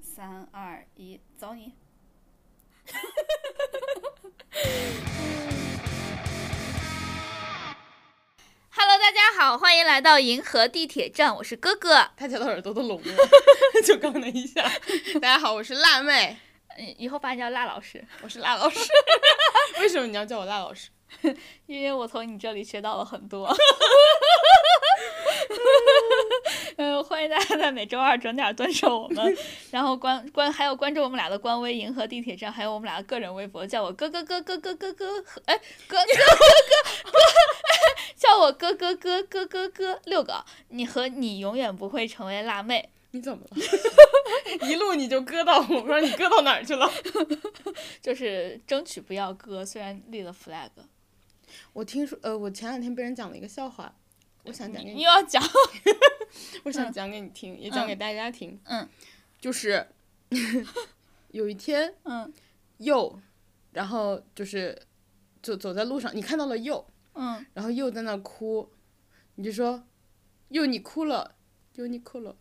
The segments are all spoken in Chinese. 三二一，走你！Hello，大家好，欢迎来到银河地铁站，我是哥哥。他觉得耳朵都聋 了，就刚那一下。大家好，我是辣妹，嗯以后把你叫辣老师，我是辣老 师。为什么你要叫我辣老师？因为我从你这里学到了 很多。嗯，欢迎大家在每周二准点蹲守我们，然后关关还有关注我们俩的官微“银河地铁站”，还有我们俩的个人微博，叫我哥哥哥哥哥哥哥，哎哥哥哥哥哥， 叫我哥哥哥哥哥哥六个，你和你永远不会成为辣妹，你怎么了？ 一路你就割到，我不知道你割到哪儿去了。就是争取不要割，虽然立了 flag。我听说，呃，我前两天被人讲了一个笑话，我想讲给你你，又要讲，我想讲给你听，也讲给大家听。嗯，就是 有一天嗯又，然后就是走走在路上，你看到了又，嗯，然后又在那哭，你就说又你哭了，又你哭了。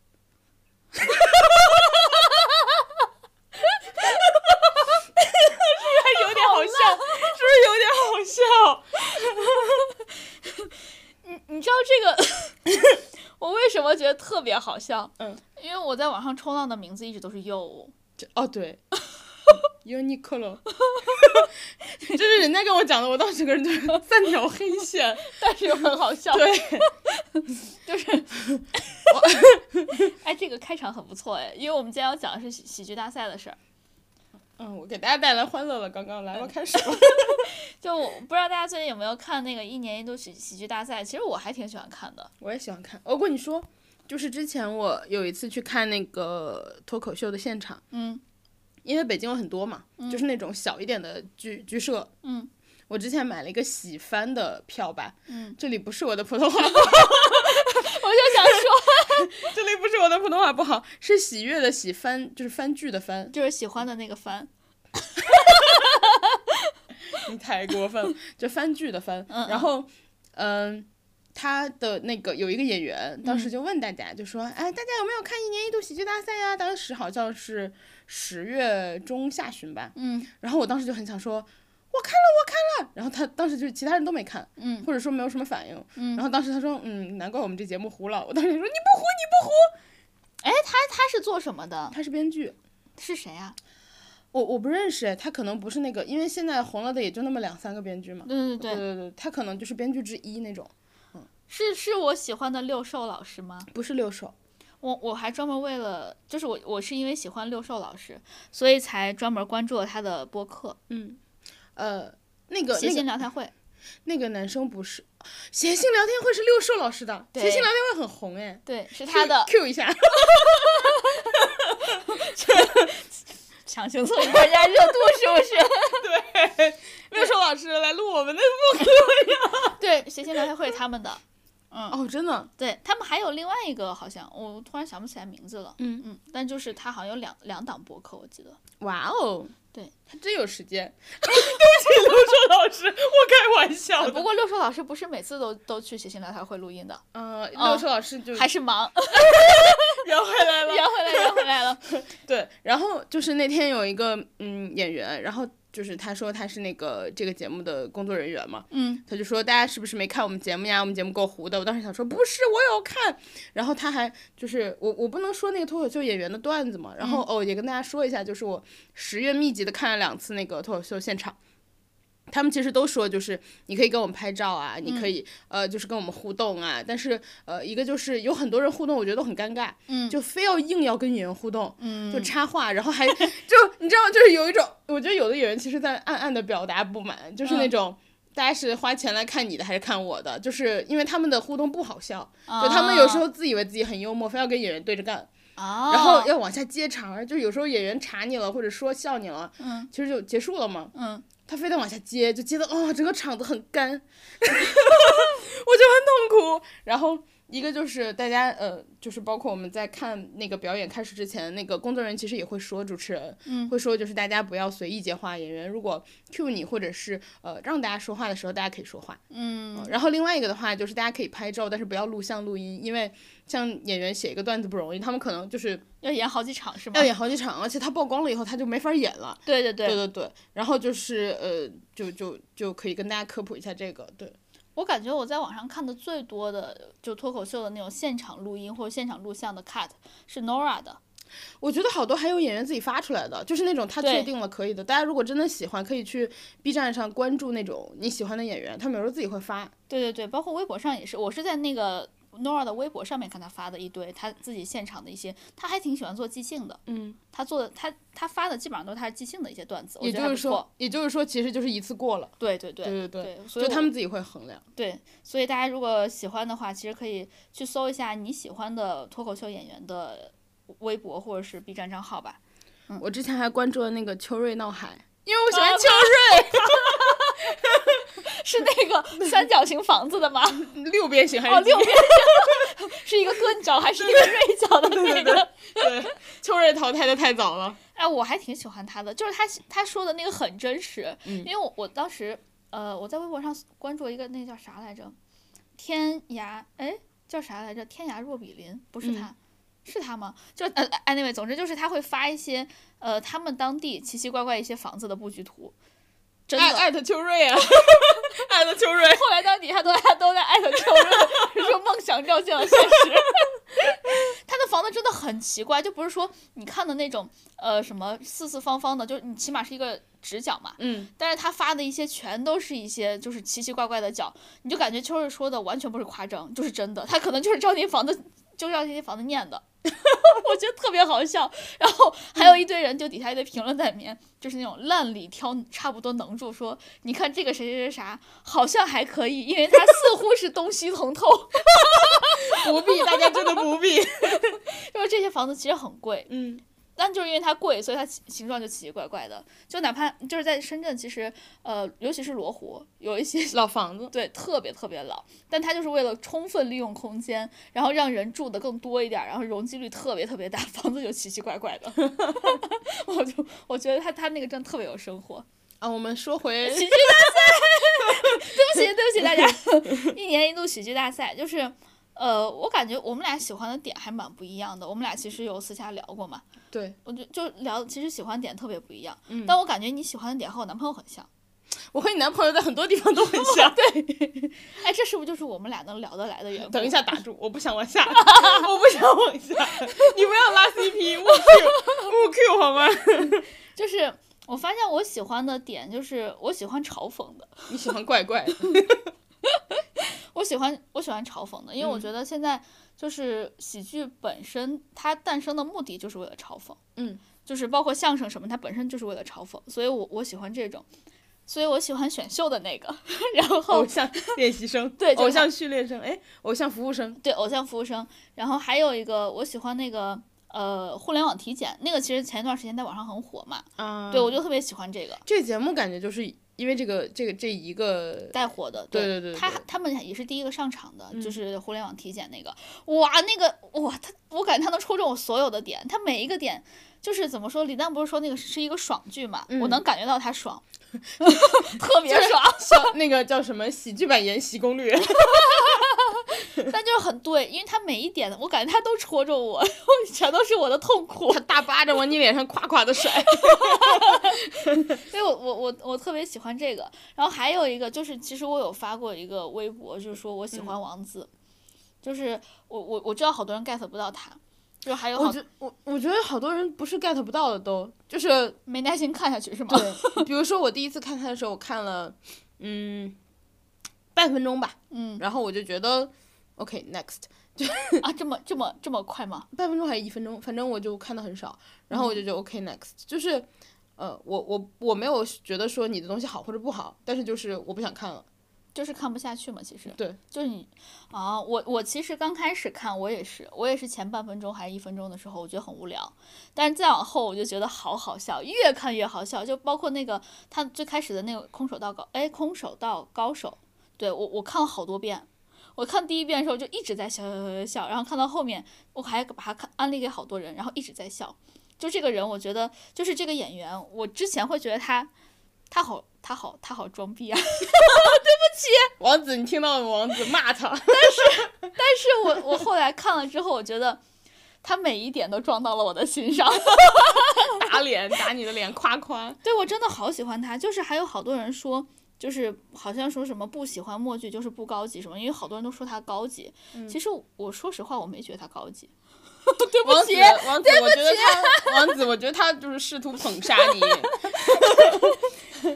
是不是有点好笑？是不是有点好笑？ 你你知道这个， 我为什么觉得特别好笑？嗯，因为我在网上冲浪的名字一直都是 柚。这哦对有你哭 了。这是人家跟我讲的，我当时个人就是三条黑线。但是又很好笑。 对，就是，哎，这个开场很不错哎，因为我们今天要讲的是喜喜剧大赛的事儿。嗯，我给大家带来欢乐了。刚刚来吧，开始吧。就我不知道大家最近有没有看那个一年一度喜喜剧大赛，其实我还挺喜欢看的。 我也喜欢看。我跟你说，就是之前我有一次去看那个脱口秀的现场，嗯因为北京有很多嘛，就是那种小一点的剧剧社。嗯，我之前买了一个喜番的票吧，嗯，这里不是我的普通话，我就想说，这里不是我的普通话不好，是喜悦的喜番，就是番剧的番。就是喜欢的那个番，你 太过分了，就番剧的番。然后，嗯、他的那个有一个演员，当时就问大家，就说：“哎，大家有没有看一年一度喜剧大赛呀、当时好像是十月中下旬吧。嗯然后我当时就很想说，我看了，我看了。然后他当时就其他人都没看，嗯或者说没有什么反应。嗯然后当时他说，嗯，难怪我们这节目糊了。我当时就说，你不糊，哎，他他是做什么的？他是编剧。是谁啊？我我不认识哎，他可能不是那个，因为现在红了的也就那么两三个编剧嘛。对对嗯对对对，对，他可能就是编剧之一那种，是是我喜欢的六兽老师吗？不是六手。我我还专门为了，就是我我是因为喜欢六兽老师，所以才专门关注了他的播客嗯，呃，那《个谐那星个聊天会》那个男生不是，谐星聊天会是六兽老师的，对谐星聊天会很红哎。对，是他 的 Q Q 一下，强行蹭人家热度，是不是？六兽老师来录我们的 对，《谐星聊天会》是他们的，嗯， 哦，真的，对他们还有另外一个，好像我突然想不起来名字了，嗯嗯，但就是他好像有两两档播客，我记得。哇哦，对，还真有时间。 对不起，刘硕老师，我开玩笑呃不 的。过六兽老师不是每次都都去《谐星聊天会》录音的，嗯、啊刘硕老师就还是忙，圆回来 了。圆回来，圆回来了。 对，然后就是那天有一个嗯演员，然后就是他说他是那个这个节目的工作人员嘛，嗯他就说大家是不是没看我们节目呀？我们节目够糊的。我当时想说不是，我有看。然后他还就是我我不能说那个脱口秀演员的段子嘛，然后、哦也跟大家说一下，就是我十月密集的看了两次那个脱口秀现场。他们其实都说，就是你可以跟我们拍照啊，你可以呃，就是跟我们互动啊。但是呃，一个就是有很多人互动，我觉得都很尴尬，嗯就非要硬要跟演员互动，嗯就插话，然后还就你知道，就是有一种，我觉得有的演员其实在暗暗的表达不满，就是那嗯种。大家是花钱来看你的还是看我的？就是因为他们的互动不好笑，就他们有哦时候自以为自己很幽默，非要跟演员对着干，啊，然后要往下接茬儿。就有时候演员查你了，或者说笑你了，嗯其实就结束了嘛。嗯，他非得往下接， 就接的哦，整个场子很干，我就很痛苦。然后一个就是大家呃，就是包括我们在看那个表演开始之前，那个工作人员其实也会说主持人，嗯会说就是大家不要随意接话，演员如果 cue 你或者是呃让大家说话的时候，大家可以说话。嗯嗯然后另外一个的话就是大家可以拍照，但是不要录像录音，因为像演员写一个段子不容易，他们可能就是要演好几场是吗？要演好几场，而且他曝光了以后他就没法演了。对对对，对对对，然后就是呃，就就就可以跟大家科普一下这个，对，我感觉我在网上看的最多的就脱口秀的那种现场录音或者现场录像的 cut 是 Nora 的，我觉得好多还有演员自己发出来的，就是那种他对确定了可以的。大家如果真的喜欢，可以去 B 站上关注那种你喜欢的演员，他们有时候自己会发。对对对，包括微博上也是，我是在那个 Nora 的微博上面看她发的一堆她自己现场的一些，她还挺喜欢做即兴的，嗯，她做的她她发的基本上都是她即兴的一些段子，我也觉得就还是不错，说，也就是说，其实就是一次过了。对对对对对对，对，所以就我他们自己会衡量。对，所以大家如果喜欢的话，其实可以去搜一下你喜欢的脱口秀演员的微博或者是 B 站账号吧。我之前还关注了那个秋瑞闹海，因为我喜欢嗯啊秋是那个三角形房子的 吗？瑞、六边形还是哦，几六边是一个钝角还是一个锐角的那个？对，秋瑞淘汰的太早了。哎，我还挺喜欢他的，就是他他说的那个很真实，嗯因为我我当时呃我在微博上关注一个那叫啥来着，天涯哎叫啥来着？天涯若比邻不是他。嗯是他吗？就呃，anyway，总之就是他会发一些呃他们当地奇奇怪怪一些房子的布局图， 真的。艾艾特秋瑞啊， 艾特秋瑞。后来到底下都他都在艾特周 润，说梦想照进了现实。 他的房子真的很奇怪，就不是说你看的那种呃什么四四方方的，就是你起码是一个直角嘛。嗯，但是他发的一些全都是一些就是奇奇怪怪的角，你就感觉秋瑞说的完全不是夸张，就是真的。他可能就是照那房子，就照那些房子念的。 我觉得特别好笑，然后还有一堆人就底下一堆评论在里面，就是那种烂里挑差不多能住，说你看这个谁谁谁啥好像还可以，因为他似乎是东西通透，不必，大家真的不必。 就是这些房子其实很贵，嗯但就是因为它贵，所以它形形状就奇奇怪怪的。就哪怕就是在深圳，其实呃，尤其是罗湖，有一些 老房子。对，特别特别老，但它就是为了充分利用空间，然后让人住的更多一点儿，然后容积率特别特别大，房子就奇奇怪怪的。 我就我觉得他他那个真的特别有生活。啊，我们说回喜剧大赛，对不起对不起大家， 一年一度喜剧大赛就是。呃，我感觉我们俩喜欢的点还蛮不一样的。我们俩其实有私下聊过嘛，对我就就聊，其实喜欢点特别不一样。嗯但我感觉你喜欢的点和我男朋友很像。我和你男朋友在很多地方都 很像。对，哎，这是不是就是我们俩能聊得来的缘故？等一下打住，我不想往下，我不想往下，你不要拉 CP，勿 Q 勿 Q 好吗？ 就是我发现我喜欢的点就是我喜欢嘲讽的，你喜欢怪怪的，我喜欢我喜欢嘲讽的，因为嗯我觉得现在就是喜剧本身它诞生的目的就是为了嘲讽，嗯，就是包括相声什么，它本身就是为了嘲讽，所以我我喜欢这种，所以我喜欢选秀的那个， 然后偶像练习生，对就是偶像训练生，哎，偶像服务生，对偶像服务生，然后还有一个我喜欢那个呃互联网体检，那个其实前一段时间在网上很火嘛，啊对我就特别喜欢这个。这个节目感觉就是因为这个这个这一个，带火的，对对对他对他们也是第一个上场的，嗯就是互联网体检那个，哇，那个哇，他我感觉他能戳中我所有的点，他每一个点就是怎么说，李诞不是说那个是一个爽剧嘛，嗯我能感觉到他 爽，特别爽，像那个叫什么喜剧版《延禧攻略》，但 就是很对，因为他每一点我感觉他都戳中我， 我全都是我的痛苦他，大巴掌往你脸上夸夸的 甩，所以我我我我特别喜欢这个，然后还有一个就是，其实我有发过一个微博，就是说我喜欢王子，就是我我我知道好多人 get 不到他。就还有好我觉我我觉得好多人不是 get 不到的都，就是没耐心看下去是吗？对，比如说我第一次看他的时候，我看了嗯半分钟吧，嗯然后我就觉得 OK next 啊，这么这么这么快吗？半分钟还是一分钟，反正我就看的很少，然后我就觉得 OK next 就是。呃，我我我没有觉得说你的东西好或者不好，但是就是我不想看了。就是看不下去嘛，其实对，就是你啊，我我其实刚开始看我也是，我也是前半分钟还是一分钟的时候，我觉得很无聊，但是再往后我就觉得好好笑，越看越好笑，就包括那个他最开始的那个空手道高，哎，空手道高手，对我我看了好多遍，我看第一遍的时候就一直在笑笑笑笑笑，然后看到后面我还把它看安利给好多人，然后一直在笑。就这个人，我觉得就是这个演员，我之前会觉得他他好他好他好装逼啊，王子，你听到了吗？王子骂他， 但是我我后来看了之后，我觉得他每一点都撞到了我的心上。 打脸，打你的脸，夸夸。对我真的好喜欢他，就是还有好多人说，就是好像说什么不喜欢默剧就是不高级什么，因为好多人都说他高级，其实我说实话我没觉得他高级， 对不王子起，，王子，我觉得他，王子，我觉得他就是试图捧杀 你。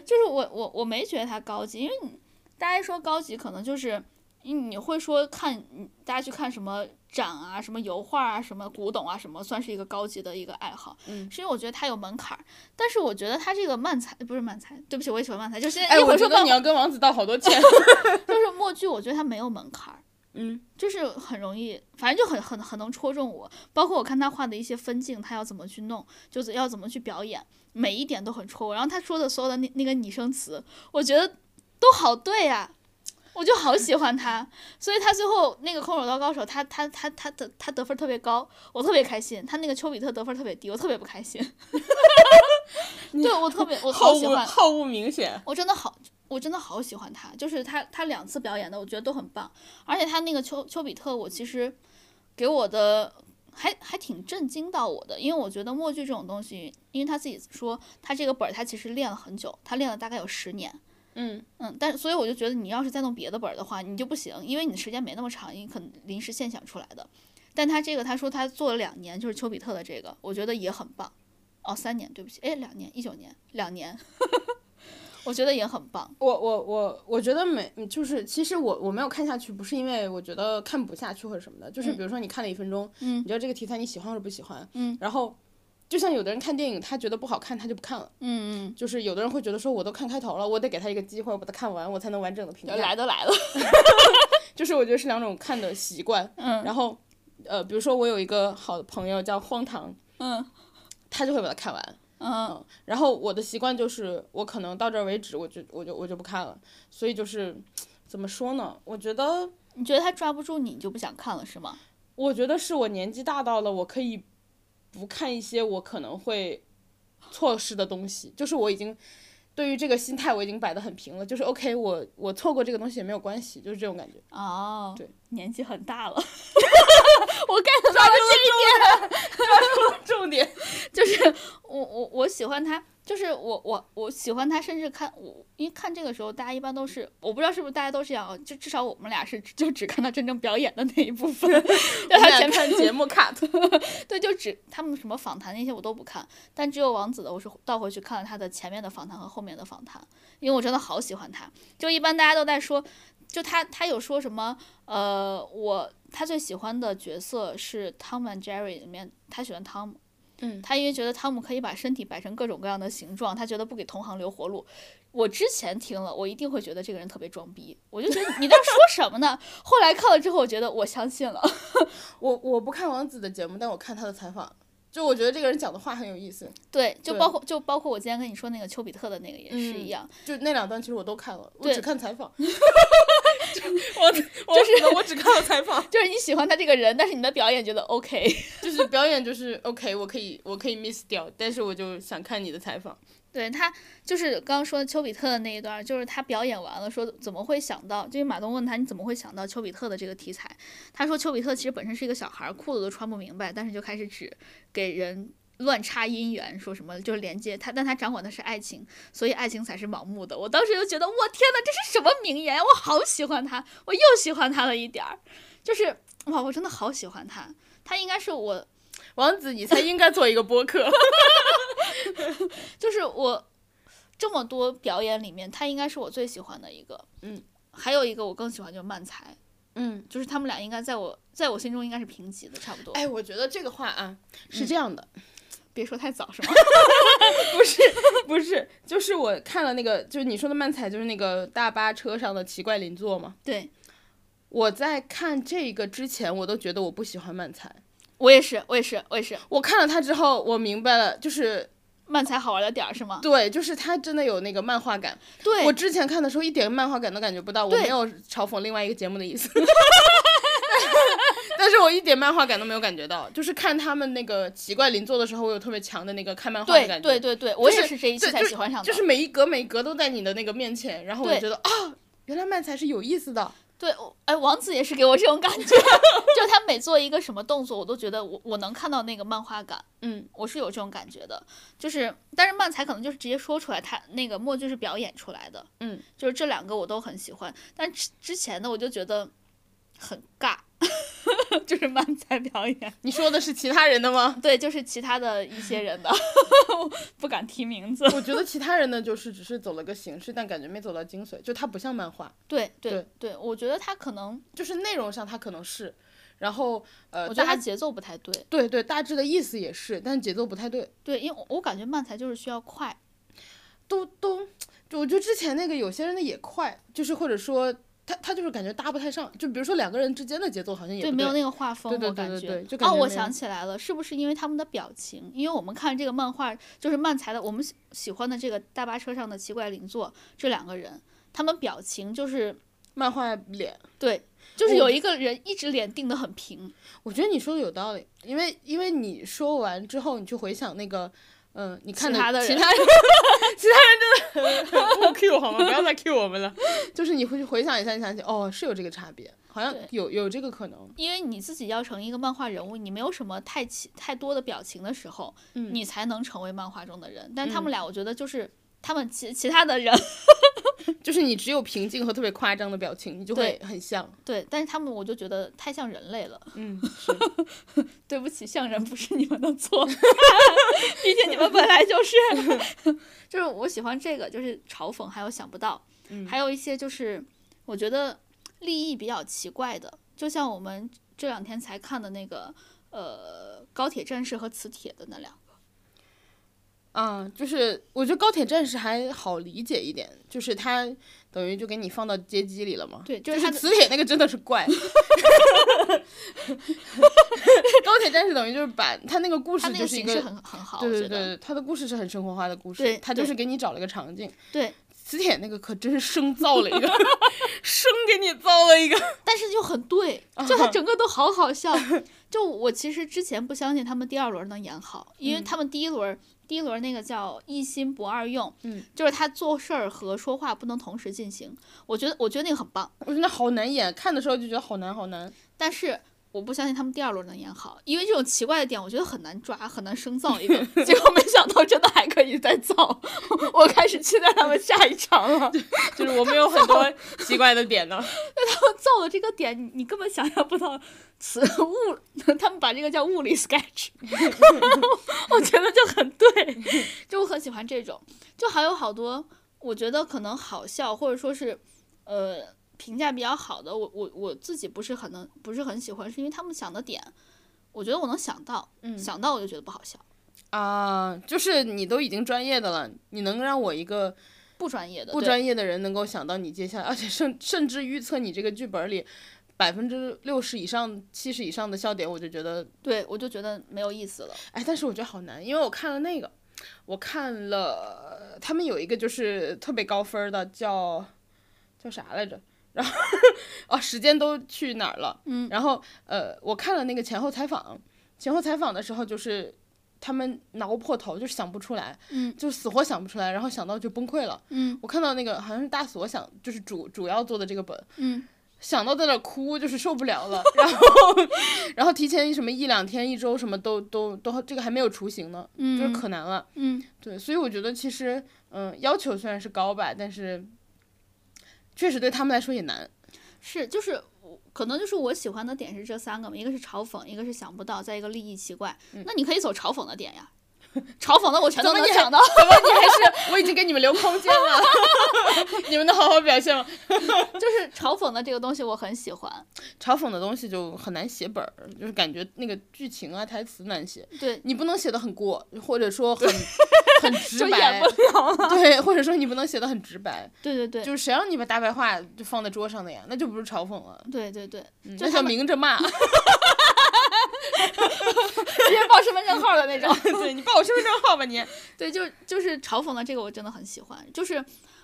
就是我我我没觉得他高级，因为你大家说高级可能就是嗯你会说看嗯大家去看什么展啊、什么油画啊、什么古董啊什么，算是一个高级的一个爱好，嗯是因为我觉得它有门槛儿，但是我觉得他这个漫才不是漫才，对不起，我也喜欢漫才，就是哎，一会我儿觉说得漫你要跟王子道好多歉。就是默剧，我觉得它没有门槛儿。 嗯，就是很容易，反正就很很很能戳中我。包括我看他画的一些分镜，他要怎么去弄，就是要怎么去表演，每一点都很戳我。然后他说的所有的那那个拟声词，我觉得都好对呀、我就好喜欢他。所以他最后那个空手道高手，他他他他的他得分特别高，我特别开心。他那个丘比特得分特别低，我特别不开心。 对我特别我好好喜恶，欢，好恶明显。我真的好，我真的好喜欢他，就是他他两次表演的，我觉得都很棒，而且他那个丘丘比特，我其实给我的还还挺震惊到我的，因为我觉得默剧这种东西，因为他自己说他这个本儿他其实练了很久，他练了大概有十年。嗯，嗯，但是所以我就觉得你要是再弄别的本儿的话，你就不行，因为你的时间没那么长，你可能临时现想出来的。但他这个他说他做了两年，就是丘比特的这个，我觉得也很棒。哦，三年，对不起，哎，两年，一九年，两年， 我觉得也很棒。我我我我觉得没，就是其实我我没有看下去，不是因为我觉得看不下去或者什么的，就是比如说你看了一分钟，嗯你觉得这个题材你喜欢或者不喜欢，嗯，然后就像有的人看电影，他觉得不好看，他就不看了，嗯嗯，就是有的人会觉得说我都看开头了，我得给他一个机会，我把它看完，我才能完整的评价，来都来了，就是我觉得是两种看的习惯，嗯然后呃，比如说我有一个好的朋友叫荒唐，嗯他就会把它看完，嗯，然后我的习惯就是，我可能到这儿为止，我就我就我就不看了。所以就是怎么说呢？我觉得你觉得他抓不住你，你就不想看了是吗？我觉得是我年纪大到了，我可以不看一些我可能会错失的东西。就是我已经对于这个心态我已经摆得很平了，就是 OK，我我错过这个东西也没有关系，就是这种感觉。哦，对，年纪很大了， 我 get 到了重点，就是我我我喜欢他，就是我我我喜欢他，甚至看我因为看这个时候，大家一般都是我不知道是不是大家都这样，啊，就至少我们俩是就只看他真正表演的那一部 分，我们让他俩前看面节目 cut。对就只他们什么访谈那些我都不看，但只有王子的我是倒回去看了他的前面的访谈和后面的访谈，因为我真的好喜欢他。就一般大家都在说，就他他有说什么呃我他最喜欢的角色是《Tom and Jerry》里面他喜欢汤姆。嗯，他因为觉得汤姆可以把身体摆成各种各样的形状，他觉得不给同行留活路。我之前听了，我一定会觉得这个人特别装逼，我就觉得你在说什么呢？后来看了之后，我觉得我相信了。我我不看王子的节目，但我看他的采访。就我觉得这个人讲的话很有意思，对，就对包括就包括我今天跟你说那个丘比特的那个也是一样，就那两段其实我都看了，我对只看采访。 我就是我只看了采访，就是你喜欢他这个人，但是你的表演觉得 OK。 就是表演就是 OK，我可以我可以 miss 掉，但是我就想看你的采访。对他就是刚刚说丘比特的那一段儿，就是他表演完了说怎么会想到，就是马东问他你怎么会想到丘比特的这个题材，他说丘比特其实本身是一个小孩儿，裤子都穿不明白，但是就开始指给人乱插姻缘，说什么就是连接他，但他掌管的是爱情，所以爱情才是盲目的。我当时就觉得我天呐，这是什么名言？我好喜欢他，我又喜欢他了一点儿，就是哇，我真的好喜欢他，他应该是我王子，你才应该做一个播 客。就是我这么多表演里面，他应该是我最喜欢的一个。嗯，还有一个我更喜欢就是漫才，嗯，就是他们俩应该在我在我心中应该是平级的，差不 多。哎，我觉得这个话啊是这样 的，别说太早是吗？不是不是，就是我看了那个，就是你说的漫才，就是那个大巴车上的奇怪邻座嘛。 对我在看这个之前，我都觉得我不喜欢漫才。我也是，我也是，我也是。我看了他之后，我明白了，就是漫才好玩的点儿是吗？对，就是他真的有那个漫画感。对我之前看的时候一点漫画感都感觉不到，我对没有嘲讽另外一个节目的意思。 但是我一点漫画感都没有感觉到，就是看他们那个奇怪邻座的时候，我有特别强的那个看漫画的对感觉。对对对，我也是这一期对才就喜欢上的。就是每一格每一格都在你的那个面前，然后我就觉对得啊，原来漫才是有意思的。对，我哎，王子也是给我这种 感觉，就他每做一个什么动作，我都觉得我我能看到那个漫画感，嗯，我是有这种感觉的。就是，但是漫才可能就是直接说出来，他那个默剧是表演出来的，嗯，就是这两个我都很喜欢，但之之前的我就觉得很尬， 就是 漫才表演，你说的是其他人的吗？ 对，就是其他的一些人的， 不敢提名字，我觉得其他人的就是只是走了个形式，但感觉没走到精髓，就它不像漫画，对对对对，我觉得他可能，就是内容上它可能是，然后呃，我觉得大他节奏不太对，对对，大致的意思也是，但节奏不太对。对，因为我我感觉漫才就是需要快，都都，就我觉得之前那个有些人的也快，就是或者说他他就是感觉搭不太上，就比如说两个人之间的节奏好像也不对，没有那个画风，对对我对感对觉。对就哦，感觉我没想有起来了，是不是因为他们的表情？因为我们看这个漫画，就是漫才的，我们喜喜欢的这个大巴车上的奇怪邻座这两个人，他们表情就是漫画脸。对，就是我有一个人一直脸定得很平，我觉得你说的有道理，因为因为你说完之后，你去回想那个，嗯、你看其他的人其他人 其他人真的很不 Q 好吗？不要再 Q 我们了。就是你会去回想一下，你想起哦，是有这个差别，好像对有有这个可能。因为你自己要成一个漫画人物，你没有什么太奇太多的表情的时候，嗯你才能成为漫画中的人。但他嗯们俩，我觉得就是。他们其其他的人就是你只有平静和特别夸张的表情，你就会很像。对，但是他们我就觉得太像人类了。 嗯，是。对不起，像人不是你们的 错，毕竟你们本来就是。 就是 我喜欢这个，就是嘲讽，还有想不到，嗯还有一些就是我觉得立意比较奇怪的，就像我们这两天才看的那个呃高铁战士和磁铁的那两个。啊，就是我觉得高铁战士还好理解一点，就是他等于就给你放到街机里了嘛。对就就是是他的磁铁那个真的是怪。 高铁战士等于就是把他那个故它事那就个是一形个式很很好，对我对觉得对，他的故事是很生活化的故对事，他就对是给你找了个场景。对，磁铁那个可真是生造了一 个，生给你造了一个。 但是就很对，嗯就它整个都好好笑。 就我其实之前不相信他们第二轮能演好，因为嗯他们第一轮、第一轮那个叫一心不二用，嗯，就是他做事儿和说话不能同时进行。我觉得我觉得那个很棒，我觉得那好难演，看的时候就觉得好难好难。但是我不相信他们第二轮能演好，因为这种奇怪的点我觉得很难抓，很难生造一 个。结果没想到真的还可以再造，我开始期待他们下一场了。就是我们有很多奇怪的点呢。造的这个点，你你根本想象不到此物， 他们把这个叫物 理 sketch，我觉得就很对，就我很喜欢这种，就还有好多我觉得可能好笑或者说是呃评价比较好的，我我我自己不是很能不是很喜欢，是因为他们想的点，我觉得我能想到，嗯想到我就觉得不好笑，啊，就是你都已经专业的了，你能让我一个不专业的，不呃对专业的人能够想到你接下来，而且甚甚至预测你这个剧本里百分之六十以上、七十以上的笑点，我就觉得，对我就觉得没有意思了，哎，但是我觉得好难，因为我看了那个，我看了他们有一个就是特别高分的叫叫啥来着，然后哦，时间都去哪儿了？嗯，然后呃，我看了那个前后采访，前后采访的时候就是。他们挠破头，就是想不出来，嗯就死活想不出来，然后想到就崩溃了。嗯我看到那个好像是大锁想，就是主主要做的这个本，嗯，想到在那儿哭，就是受不了了。然后， 然后提前什么一两天、一周什么都都都这个还没有雏形呢，嗯就是可难了。嗯对，所以我觉得其实嗯、要求虽然是高吧，但是确实对他们来说也难。 是，就是我可能就是我喜欢的点是这三个嘛，一个是嘲讽，一个是想不到，再一个利益奇怪。那你可以走嘲讽的点呀，嘲讽的我全都嗯怎么能你还 想到。怎么你还是我已经给你们留空间了， 你们能好好表现吗？就是嘲讽的这个东西我很喜欢，嘲讽的东西就很难写本儿，就是感觉那个剧情啊、台词难写。对，你不能写的很过，或者说很 很直就白演不，了了。对，或者说你不能写的很直白，对对对。就是谁让你把大白话就放在桌上嗯的呀？那就不是嘲讽了， 对对对，嗯就那他叫们明着骂。直接报身份证号的那 种。对你报我身份证号吧 你。对，就就是嘲讽的这个，我真的很喜欢。就是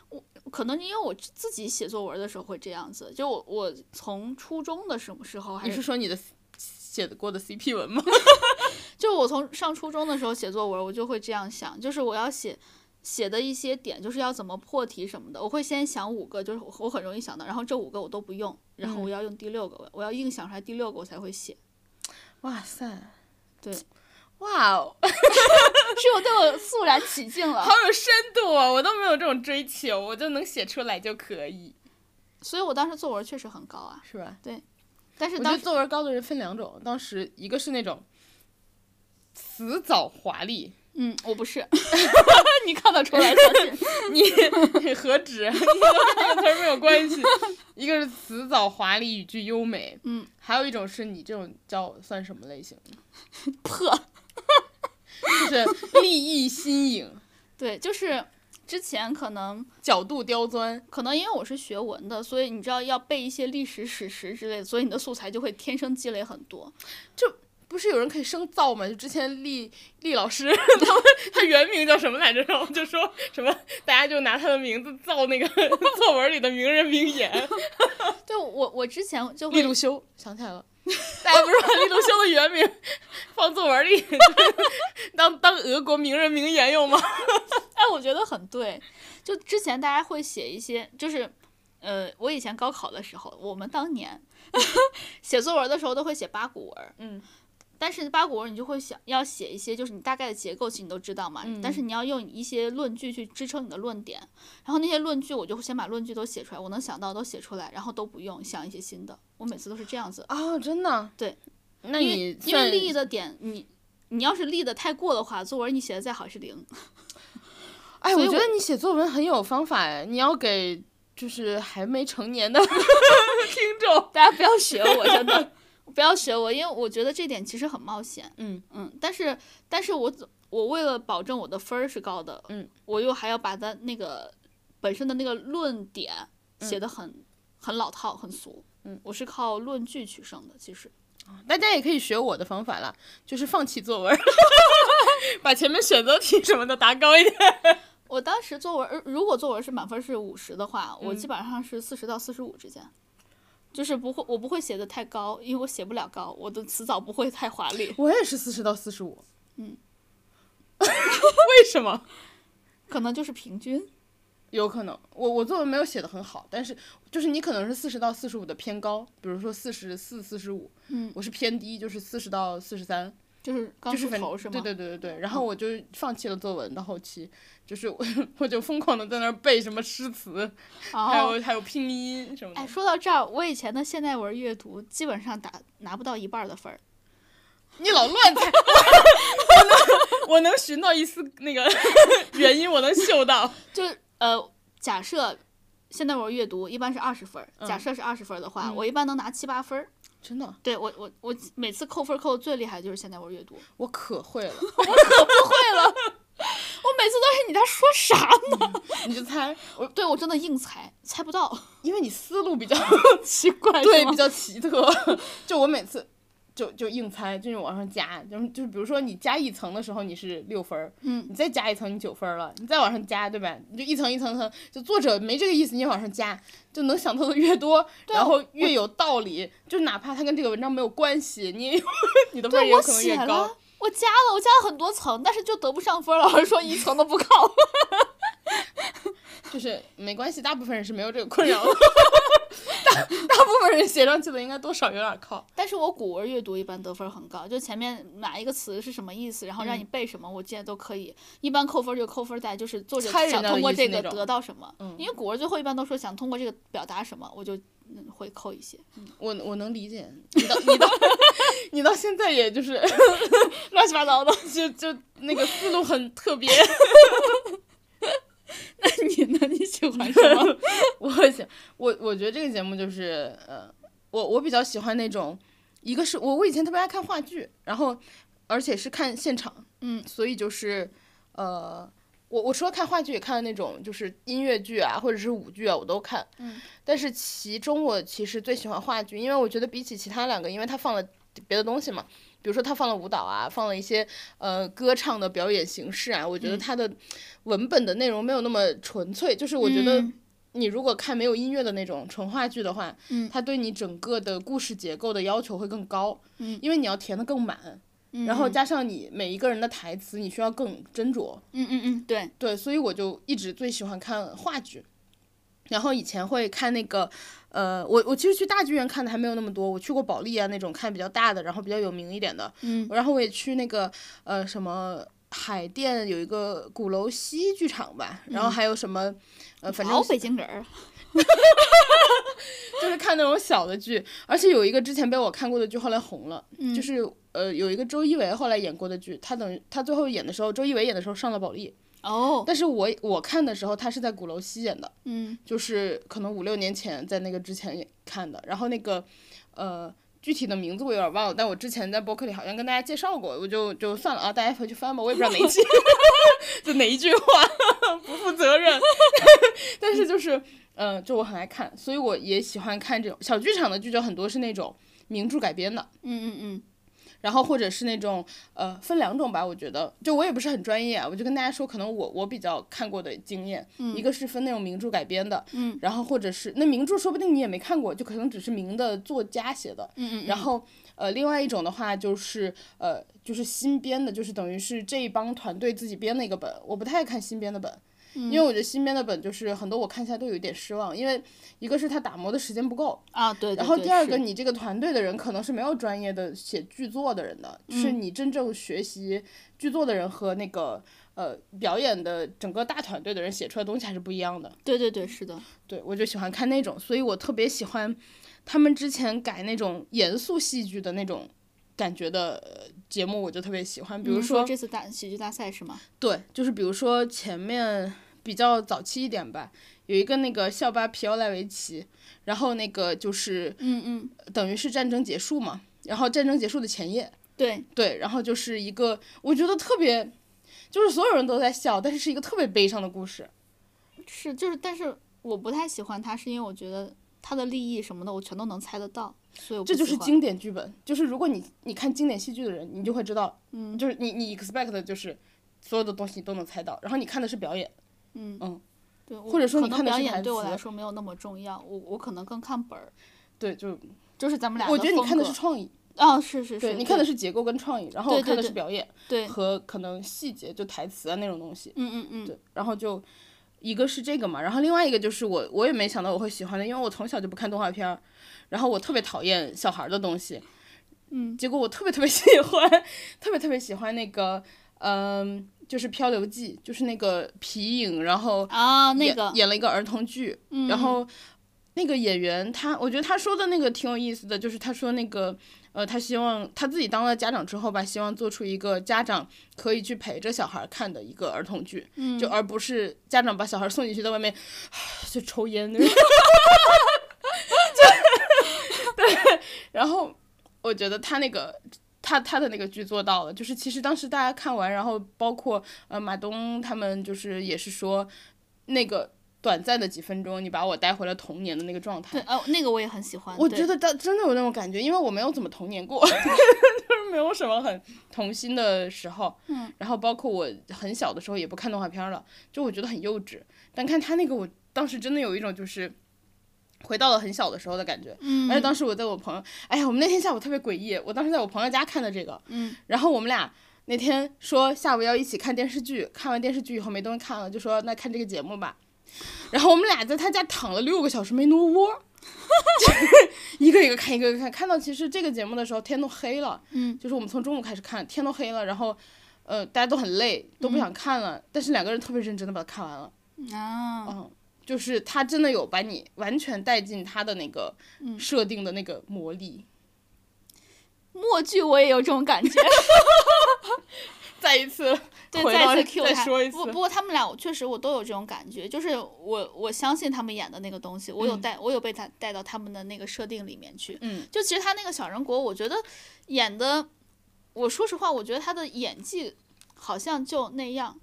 我可能因为我自己写作文的时候会这样子，就我我从初中的什么时候还你是是说你的写的过的 CP 文吗？ 就我从上初中的时候写作文，我就会这样想，就是我要写写的一些点，就是要怎么破题什么的，我会先想五个，就是我我很容易想到，然后这五个我都不用，然嗯后我要用第六个，我我要硬想出来第六个我才会写，哇塞，对， 哇哦，是我对我肃然起敬了好。有深度啊！我都没有这种追求，我就能写出来就可以，所以我当时作文确实很高啊，是吧？但是我觉当得时作文高的人分两种，当时一个是那种辞藻华丽，嗯，我不 是，你看得出来，相信你何止，啊 你都跟这个词儿没有关系。一个是辞藻华丽，语句优美，嗯，还有一种是你这种叫算什么类型？ 破。就是立意新颖，对，就是之前可能角度刁钻，可能因为我是学文的，所以你知道要背一些历史史实之类的，所以你的素材就会天生积累很多。不是有人可以生造吗？就之前厉厉老师， 他们他原名叫什么来着？然后就说什么，大家就拿他的名字造那个 作文里的名人名言。对我，我之前就利会路修想起来了， 大家不是把利路修的原名放作文里， 当当俄国名人名言用吗？哎，我觉得很对。就之前大家会写一些，就是，呃，我以前高考的时候，我们当年 写作文的时候都会写八股文儿，嗯，但是八股文儿你就会想要写一些，就是你大概的结构其实你都知道嘛，嗯但是你要用一些论据去支撑你的论点。然后那些论据，我就会先把论据都写出来，我能想到都写出来，然后都不用想一些新的。我每次都是这样子，啊、真的？对，那因为你因为算立的点你。你要是立的太过的话，作文你写的再好是零。哎，所我以觉我得你写作文很有方法哎，你要给就是还没成年的 听众。大家不要学我，真的不要学我，因为我觉得这点其实很冒险。嗯嗯，但是但是我总我为了保证我的分儿是高的，嗯，我又还要把它那个本身的那个论点写得很、很老套、很俗。嗯，我是靠论据取胜的，其实大家也可以学我的方法啦，就是放弃作文， 把前面选择题什么的答高一点。我当时作文，呃如果作文是满分是五十的话，我嗯基本上是四十到四十五之间。就是不会，我不会写的太高，因为我写不了高，我的词藻不会太华丽。我也是四十到四十五，嗯， 为什么？可能就是平均。有可能，我我作文没有写的很好，但是就是你可能是四十到四十五的偏高，比如说四十四、四十五，嗯，我是偏低，就是四十到四十三，就是刚就是出反头是吗？嗯对对对对对。然后我就放弃了作文，到后期就是我我就疯狂的在那儿背什么诗词， 还哦，有还有拼音什么的哎，。说到这儿，我以前的现代文阅读基本上打拿不到一半儿的分儿。你老乱 猜，我能我能寻到一丝那个 原因，我能嗅到。就呃，假设现代文阅读一般是二十分儿，假设是二十分儿的话，我一般能拿七八分儿。真的，对我我我每次扣分儿扣的最厉害的就是现代文阅读，我我可会了，每次都是你在说啥呢？你就猜我，嗯对我真的硬猜，猜不到，因为你思路比较 奇怪对是吗比较奇特， 就我每次。就就硬猜，就是往上加，就是就是，比如说你加一层的时候你是六分儿，嗯你再加一层你九分儿了，你再往上加，对吧？你就一层一层层，就作者没这个意思，你往上加，就能想到的越多，啊然后越有道理，就哪怕它跟这个文章没有关系，你也有你的分儿对也有我可能越写高。了。我加了，我加了很多层，但是就得不上分儿。老师说一层都不靠，就是没关系，大部分人是没有这个困 扰的。大大部分人写上去的应该多少有点靠。但是我古文阅读一般得分很高，就前面哪一个词是什么意思，然后嗯让你背什么，我现在都可以。一般扣分就扣分在就是作者猜人想家的通过意思这那个种得到什么，嗯因为古文最后一般都说想通过这个表达什么，我就嗯会扣 一些，我我能理解你到你到你到现在也就是 乱七八糟的。就就那个思路很特别。那你呢？你喜欢什么？我想我我觉得这个节目就是呃，我我比较喜欢那种，一个是我我以前特别爱看话剧，然后而且是看现场，嗯，所以就是呃，我我除了看话剧，也看那种就是音乐剧啊，或者是舞剧啊，我都看，嗯，但是其中我其实最喜欢话剧，因为我觉得比起其他两个，因为它放了别的东西嘛，比如说他放了舞蹈啊，放了一些呃歌唱的表演形式啊，我嗯觉得他的文本的内容没有那么纯粹，就是我觉得嗯你如果看没有音乐的那种纯话剧的话，嗯它对你整个的故事结构的要求会更高，嗯因为你要填的更满，嗯然后嗯加上你每一个人的台词，你需要更斟酌， 嗯嗯嗯，对，对，所以我就一直最喜欢看话剧，然后以前会看那个，呃，我我其实去大剧院看的还没有那么多，我去过保利啊那种看比较大的，然后比较有名一点的，嗯，然后我也去那个呃什么海淀有一个鼓楼西剧场吧，然后嗯还有什么，呃，反正老北京人儿，就是看那种小的剧，而且有一个之前被我看过的剧后来红了，嗯就是呃有一个周一围后来演过的剧，他等于他最后演的时候，周一围演的时候上了保利，哦，但是我我看的时候他是在鼓楼西演的。嗯就是可能五六年前在那个之前也看的，然后那个，呃，具体的名字我有点忘了，但我之前在播客里好像跟大家介绍过，我就就算了啊，大家回去翻吧，我也不知道哪一期， 就哪一句话 不负责任， 但是就是，嗯、就我很爱看，所以我也喜欢看这种小剧场的剧，就很多是那种名著改编的，嗯嗯然后或者是那种呃分两种吧，我觉得就我也不是很专业啊，我就跟大家说，可能我我比较看过的经验，一个是分那种名著改编的，嗯，然后或者是那名著说不定你也没看过，就可能只是名的作家写的，嗯嗯嗯，然后呃另外一种的话就是呃就是新编的，就是等于是这一帮团队自己编的一个本，我不太爱看新编的本。嗯因为我觉得新编的本就是很多我看下来都有一点失望，因为一个是他打磨的时间不够，啊对，对然后对第二是个，你这个团队的人可能是没有专业的写剧作的人的，就是嗯你真正学习剧作的人和那个呃表演的整个大团队的人写出来的东西还是不一样的。对对对，是的，对我就喜欢看那种，所以我特别喜欢他们之前改那种严肃戏剧的那种感觉的呃节目，我就特别喜欢。比如您说说，这次大喜剧大赛是吗？对，就是比如说前面比较早期一点吧，有一个那个校巴皮奥莱维奇，然后那个就是嗯嗯，等于是战争结束嘛，然后战争结束的前夜，对，对，然后就是一个我觉得特别，就是所有人都在笑，但是是一个特别悲伤的故事。是就是，但是我不太喜欢他，是因为我觉得他的利益什么的，我全都能猜得到，所以我不这就喜是欢经典剧本，就是如果你你看经典戏剧的人，你就会知道，嗯就是你你 expect 的就是所有的东西你都能猜到，然后你看的是表演，嗯嗯对，我或者说可你能看的表是演台对我词来说没有那么重要，我我可能更看本儿，对，就就是咱们俩我觉得你风看的格是创意，啊，是是对是，你看的是结构跟创意，然后对我对看的是对表演对，和可能细节就台词啊那种东西，嗯嗯嗯，对，然后就一个是这个嘛，然后另外一个就是我我也没想到我会喜欢的，因为我从小就不看动画片儿，然后我特别讨厌小孩儿的东西，嗯，结果我特别特 别喜欢，特别特别喜欢那个，嗯、就是《漂流记》，就是那个皮影，然后啊那演个，演了一个儿童剧，嗯然后那个演员他，我觉得他说的那个挺有意思的，就是他说那个呃，他希望他自己当了家长之后吧，希望做出一个家长可以去陪着小孩儿看的一个儿童剧，嗯就而不是家长把小孩儿送进去在外面就抽烟那种。就 对，然后我觉得他那个。他他的那个剧做到了，就是其实当时大家看完，然后包括呃马东他们就是也是说，那个短暂的几分钟，你把我带回了童年的那个状态对，。哦，那个我也很喜欢，我对觉得他真的有那种感觉，因为我没有怎么童年过， 就是没有什么很童心的时候。嗯。然后包括我很小的时候也不看动画片了，就我觉得很幼稚。但看他那个，我当时真的有一种就是回到了很小的时候的感觉。嗯，而且当时我在我朋友，哎呀，我们那天下午特别诡异，我当时在我朋友家看的这个，嗯，然后我们俩那天说下午要一起看电视剧，看完电视剧以后没东西看了，就说那看这个节目吧，然后我们俩在他家躺了六个小时没挪窝，就是一个一个看，一个一个看，看到其实这个节目的时候天都黑了，嗯，就是我们从中午开始看，天都黑了，然后。呃，大家都很嗯累，都不想看了，但是两个人特别认真的把它看完了，啊，嗯，就是他真的有把你完全带进他的那个嗯设定的那个魔力。默剧我也有这种感觉，再一次，对，回到再这次 Q 再他。说一次不不过他们俩我确实我都有这种感觉，就是我我相信他们演的那个东西，我有带、我有被他带到他们的那个设定里面去。嗯，就其实他那个小人国，我觉得演的，我说实话，我觉得他的演技好像就那样。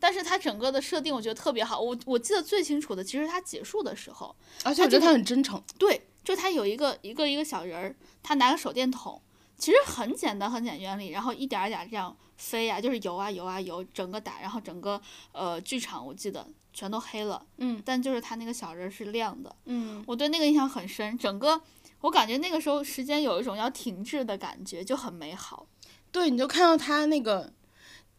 但是他整个的设定，我觉得特别好。我我记得最清楚的，其实他结束的时候，而且我觉得他很真诚，对，就他有一个一个一个小人儿，他拿个手电筒其实很简单，很简单原理，然后一点儿一点儿这样飞呀、就是游啊游啊游，整个打，然后整个呃剧场我记得全都黑了，嗯，但就是他那个小人儿是亮的，嗯我对那个印象很深，整个我感觉那个时候时间有一种要停滞的感觉，就很美好。对，你就看到他那个，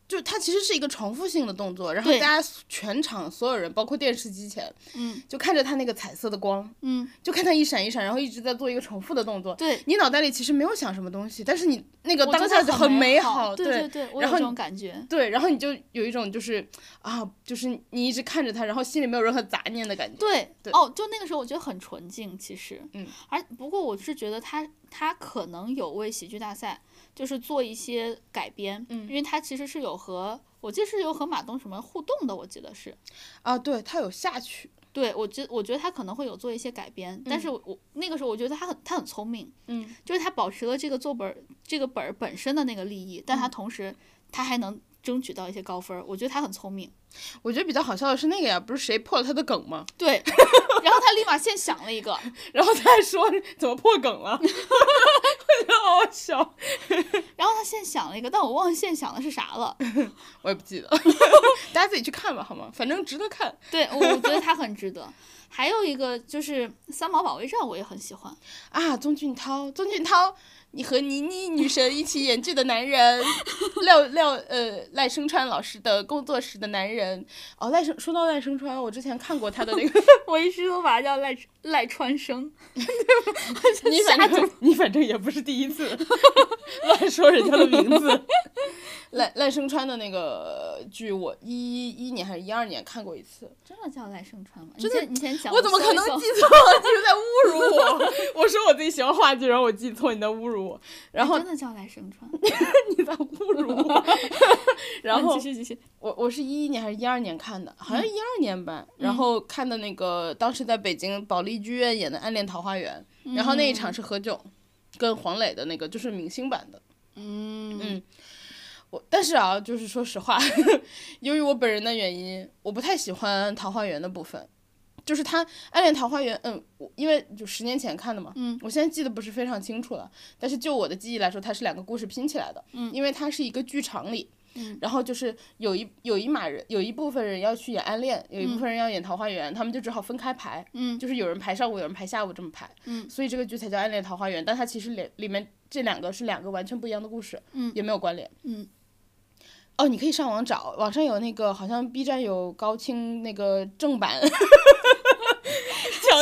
就他其实是一个重复性的动作，然后对大家全场所有人，包括电视机前，嗯就看着他那个彩色的光，嗯，就看他一闪一闪，然后一直在做一个重复的动作。对，你脑袋里其实没有想什么东西，但是你那个我当觉下得就很美好，对对对，我然有后这你种感觉。对然后你就有一种就是啊，就是你一直看着他，然后心里没有任何杂念的感觉。对，对哦，就那个时候我觉得很纯净，其实，嗯，而不过我是觉得他他可能有为喜剧大赛就是做一些改编，嗯因为他其实是有和我记得是有和马东什么互动的，我记得是，啊，对他有下去，对我觉我觉得他可能会有做一些改编，但是我我那个时候我觉得他很他很聪明，嗯，就是他保持了这个作本儿这个本儿本身的那个利益，但嗯他同时他还能争取到一些高分儿，我觉得他很聪明。我觉得比较好笑的是那个呀，不是谁破了他的梗吗？ 对， 然后他立马现想了一个，然后他还说怎么破梗了，我 觉得好好笑， 然后他现想了一个，但我忘了现想的是啥了。我也不记得， 大家自己去看吧，好吗？反正值得看。对，我我觉得他很值得。还有一个就是三毛保卫战，我也很喜欢。啊，宗俊涛，宗俊涛，你和倪妮女神一起演剧的男人， 廖廖呃赖声川老师的工作室的男人。哦，赖声说到赖声川，我之前看过他的那 个， 我一直都把他叫赖赖川生， 你反正你反正也不是第一次 乱说人家的名 字。赖赖声川的那个剧，我一一年还是一二年看过一次，真的叫赖声川吗？真的你先你先讲，我怎么哎搜可一能搜记错？ 你是在侮辱 我！我说我自己喜欢话剧，然后我记错，你在侮辱我，然后真的叫赖声 川。 你在侮辱我， 然后继续继续。我我是一一年还是一二年看的，好像一二年吧。然后看的那个当时在北京保利剧院演的《暗恋桃花源》，然后那一场是何炅跟黄磊的那个，就是明星版的。嗯嗯我但是啊，就是说实话， 由于我本人的原因，我不太喜欢《桃花源》的部分，就是他《暗恋桃花源》，嗯，我因为就十年前看的嘛，嗯，我现在记得不是非常清楚了，但是就我的记忆来说，它是两个故事拼起来的，嗯，因为它是一个剧场里。嗯然后就是有一有一码人，有一部分人要去演暗恋，有一部分人要演桃花源，他们就只好分开排，嗯 就是有人排上午，有人排下午这么排，嗯所以这个剧才叫《暗恋桃花源》，但它其实里里面这两个是两个完全不一样的故事，嗯也没有关联。嗯哦，你可以上网找，网上有那个好像 B 站有高清那个正版， 强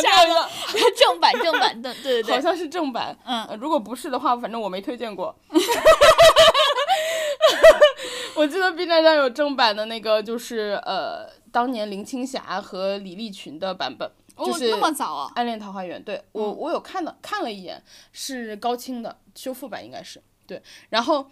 调一下，正版正版的，对对对，好像是正版。嗯呃如果不是的话，反正我没推荐过。 我记得 B 站上有正版的那个，就是呃，当年林青霞和李立群的版本，就哦是那么早啊？暗恋桃花源，对我我有看了看了一眼，是高清的修复版，应该是对。然后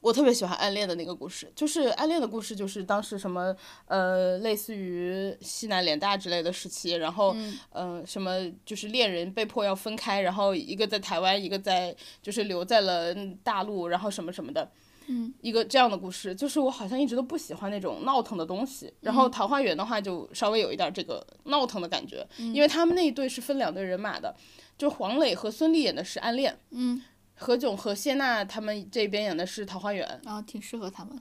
我特别喜欢暗恋的那个故事，就是暗恋的故事，就是当时什么呃，类似于西南联大之类的时期，然后、呃什么就是恋人被迫要分开，然后一个在台湾，一个在就是留在了大陆，然后什么什么的。嗯，一个这样的故事，就是我好像一直都不喜欢那种闹腾的东西。然后《桃花源》的话，就稍微有一点这个闹腾的感觉，因为他们那一对是分两队人马的，就黄磊和孙俪演的是暗恋，嗯，何炅和谢娜他们这边演的是桃花源。然后挺适合他们。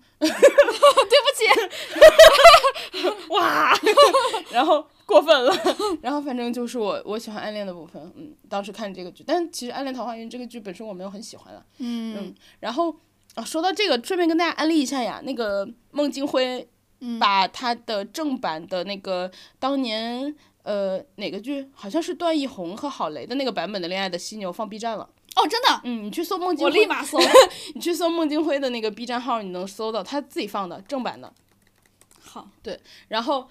哇， 然后过分了，然后反正就是我我喜欢暗恋的部分，嗯，当时看这个剧，但其实《暗恋桃花源》这个剧本身我没有很喜欢了。嗯然后啊，说到这个，顺便跟大家安利一下呀，那个孟京辉嗯把他的正版的那个当年呃哪个剧，好像是段奕宏和郝蕾的那个版本的《恋爱的犀牛》放 B 站了。哦，真的，嗯，你去搜孟京我辉立，马 搜。你去搜孟京辉的那个 B 站号，你能搜到他自己放的正版的。好，然后，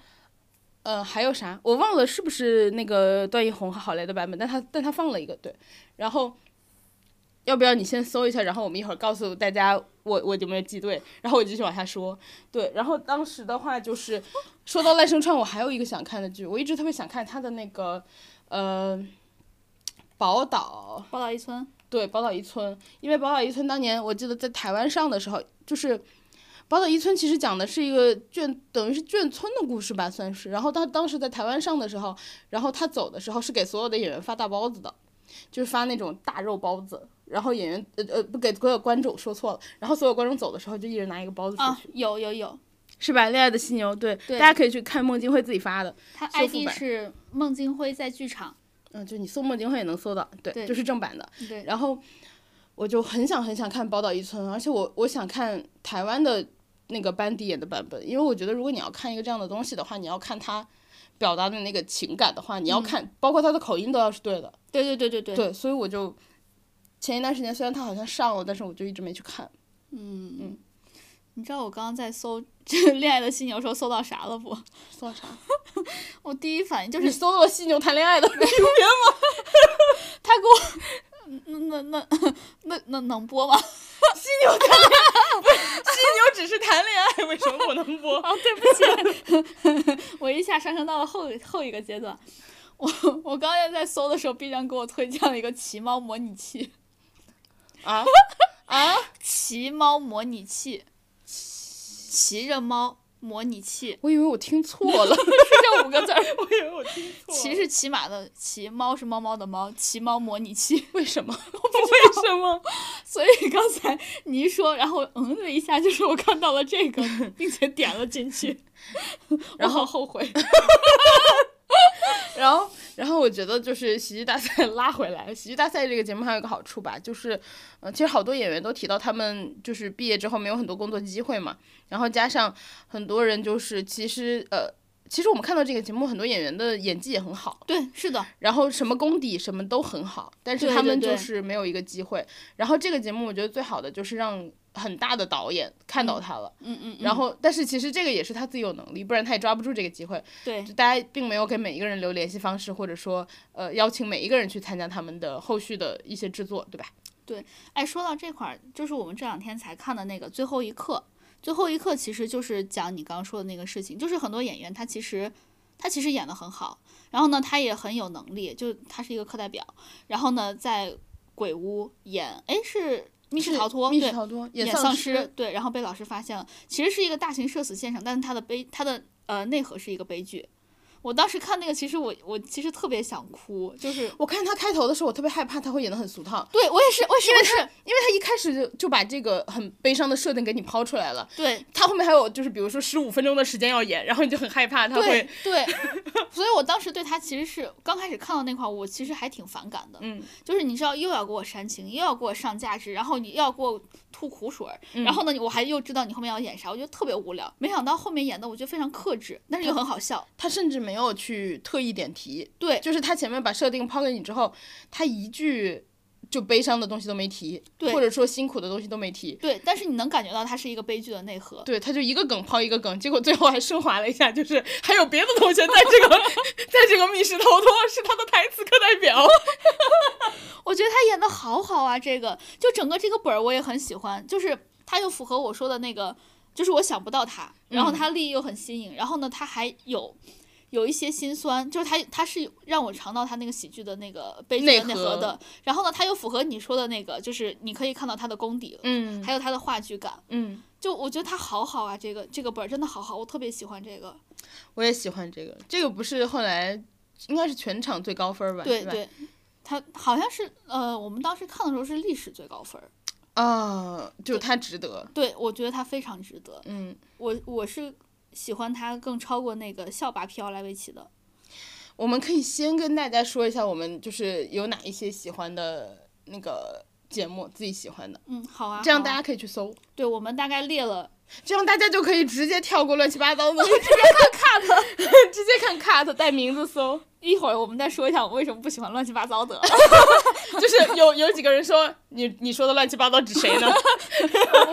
呃，还有啥？我忘了是不是那个段奕宏和郝蕾的版本，但他但他放了一个对。然后，要不要你先搜一下，然后我们一会儿告诉大家我我有没有记对，然后我继续往下说。对，然后当时的话就是，说到赖声川，我还有一个想看的剧，我一直特别想看他的那个，呃。宝岛报道一村。对宝岛一村，因为宝岛一村当年我记得在台湾上的时候，就是宝岛一村其实讲的是一个眷，等于是眷村的故事吧，算是。然后他当时在台湾上的时候，然后他走的时候是给所有的演员发大包子的，就是发那种大肉包子，然后演员呃呃不给所有观众说错了，然后所有观众走的时候就一人拿一个包子出去，啊，有有有，是吧？恋爱的犀牛，对，对大家可以去看孟京辉自己发的，他修复 ID 版是孟京辉在剧场，嗯，就你搜孟京辉也能搜到，对，对就是正版的。对，然后我就很想很想看《宝岛一村》，而且我我想看台湾的那个班底演的版本，因为我觉得如果你要看一个这样的东西的话，你要看他表达的那个情感的话，你要看、包括他的口音都要是对的。对对对对对，对，所以我就前一段时间虽然他好像上了，但是我就一直没去看。你知道我刚刚在搜这《恋爱的犀牛》时候搜到啥了不？搜啥？我第一反应就就是是搜到了犀牛谈恋 爱的他给我，那那那那那能播吗？ 犀牛谈恋爱，不是犀牛只是谈恋爱，为什么不能播？哦，对不起，我一下上升到了后后一个阶段。我我刚才在搜的时候，必然给我推荐了一个骑猫模拟器， 啊 啊！骑猫模拟器，骑着猫模拟 器，我以为我听错了，是这五个 字儿。 我以为我听错骑是骑马的骑，猫是猫猫的猫，骑猫模拟器。为什 么？为什么？所以刚才你一说，然后我嗯了一下，就是我看到了这个，并且点了进 去，然后后悔。然后，然后我觉得就是喜剧大赛 拉回来，喜剧大赛这个节目还有一个好处吧，就是，呃，其实好多演员都提到他们就是毕业之后没有很多工作机会嘛，然后加上很多人就是其实呃。其实我们看到这个节目，很多演员的演技也很好，对，是的，然后什么功底什么都很好，但是对他对们对就是没有一个机会。然后这个节目我觉得最好的就是让很大的导演看到他了，嗯嗯，然后但是其实这个也是他自己有能力，不然他也抓不住这个机会。对就大家并没有给每一个人留联系方式，或者说呃邀请每一个人去参加他们的后续的一些制作，对吧？哎，说到这块儿，就是我们这两天才看的那个《最后一刻》，《最后一刻》其实就是讲你刚刚说的那个事情，就是很多演员他其实他其实演得很好，然后呢他也很有能力，就他是一个课代表，然后呢在鬼屋演，哎是密室是逃脱，密室对逃脱演丧尸，对，然后被老师发现了，其实是一个大型社死现场，但是它的悲，它的呃内核是一个悲剧。我当时看那个，其实我我其实特别想哭，就是我看他开头的时候，我特别害怕他会演得很俗套，对我也是，我也是， 我也是，因为他一开始就就把这个很悲伤的设定给你抛出来了。 对他后面还有就是，比如说十五分钟的时间要演，然后你就很害怕他对会，对，所以我当时对他其实是刚开始看到那块儿，我其实还挺反感的，嗯，就是你知道又要给我煽情，又要给我上价值，然后你又要给我吐苦水儿，然后呢，我还又知道你后面要演啥，我觉得特别无聊。没想到后面演的我觉得非常克制，但是又很好笑。他甚至没有去特意点题，对就是他前面把设定抛给你之后，他一句就悲伤的东西都没提，对或者说辛苦的东西都没提，对，但是你能感觉到它是一个悲剧的内核。对，他就一个梗抛一个梗，结果最后还升华了一下，就是还有别的同学在这 个在这个密室逃脱是他的台词课代表。我觉得他演的好好啊，这个就整个这个本儿我也很喜欢，就是他又符合我说的那个，就是我想不到他，然后他立意又很新颖，然后呢他还有。有一些心酸，就是他他是让我尝到他那个喜剧的那个悲剧的内内核核的，然后呢，他又符合你说的那个，就是你可以看到他的功底，嗯还有他的话剧感，嗯，就我觉得他好好啊，这个这个本儿真的好好，我特别喜欢这个，我也喜欢这个，这个不是后来应该是全场最高分吧？对是吧。对，他好像是呃，我们当时看的时候是历史最高分儿，啊，就他值得。对我觉得他非常值得，嗯，我我是喜欢他更超过那个校霸皮奥莱维奇的。我们可以先跟大家说一下，我们就是有哪一些喜欢的那个节目，自己喜欢的，嗯，好啊，这样好大啊家可以去搜，对我们大概列了，这样大家就可以直接跳过乱七八糟 的，直接看 cut，直接看 cut 带名字搜。 一会儿我们再说一下我为什么不喜欢乱七八 糟的。就是有有几个人说你你说的乱七八糟指谁呢？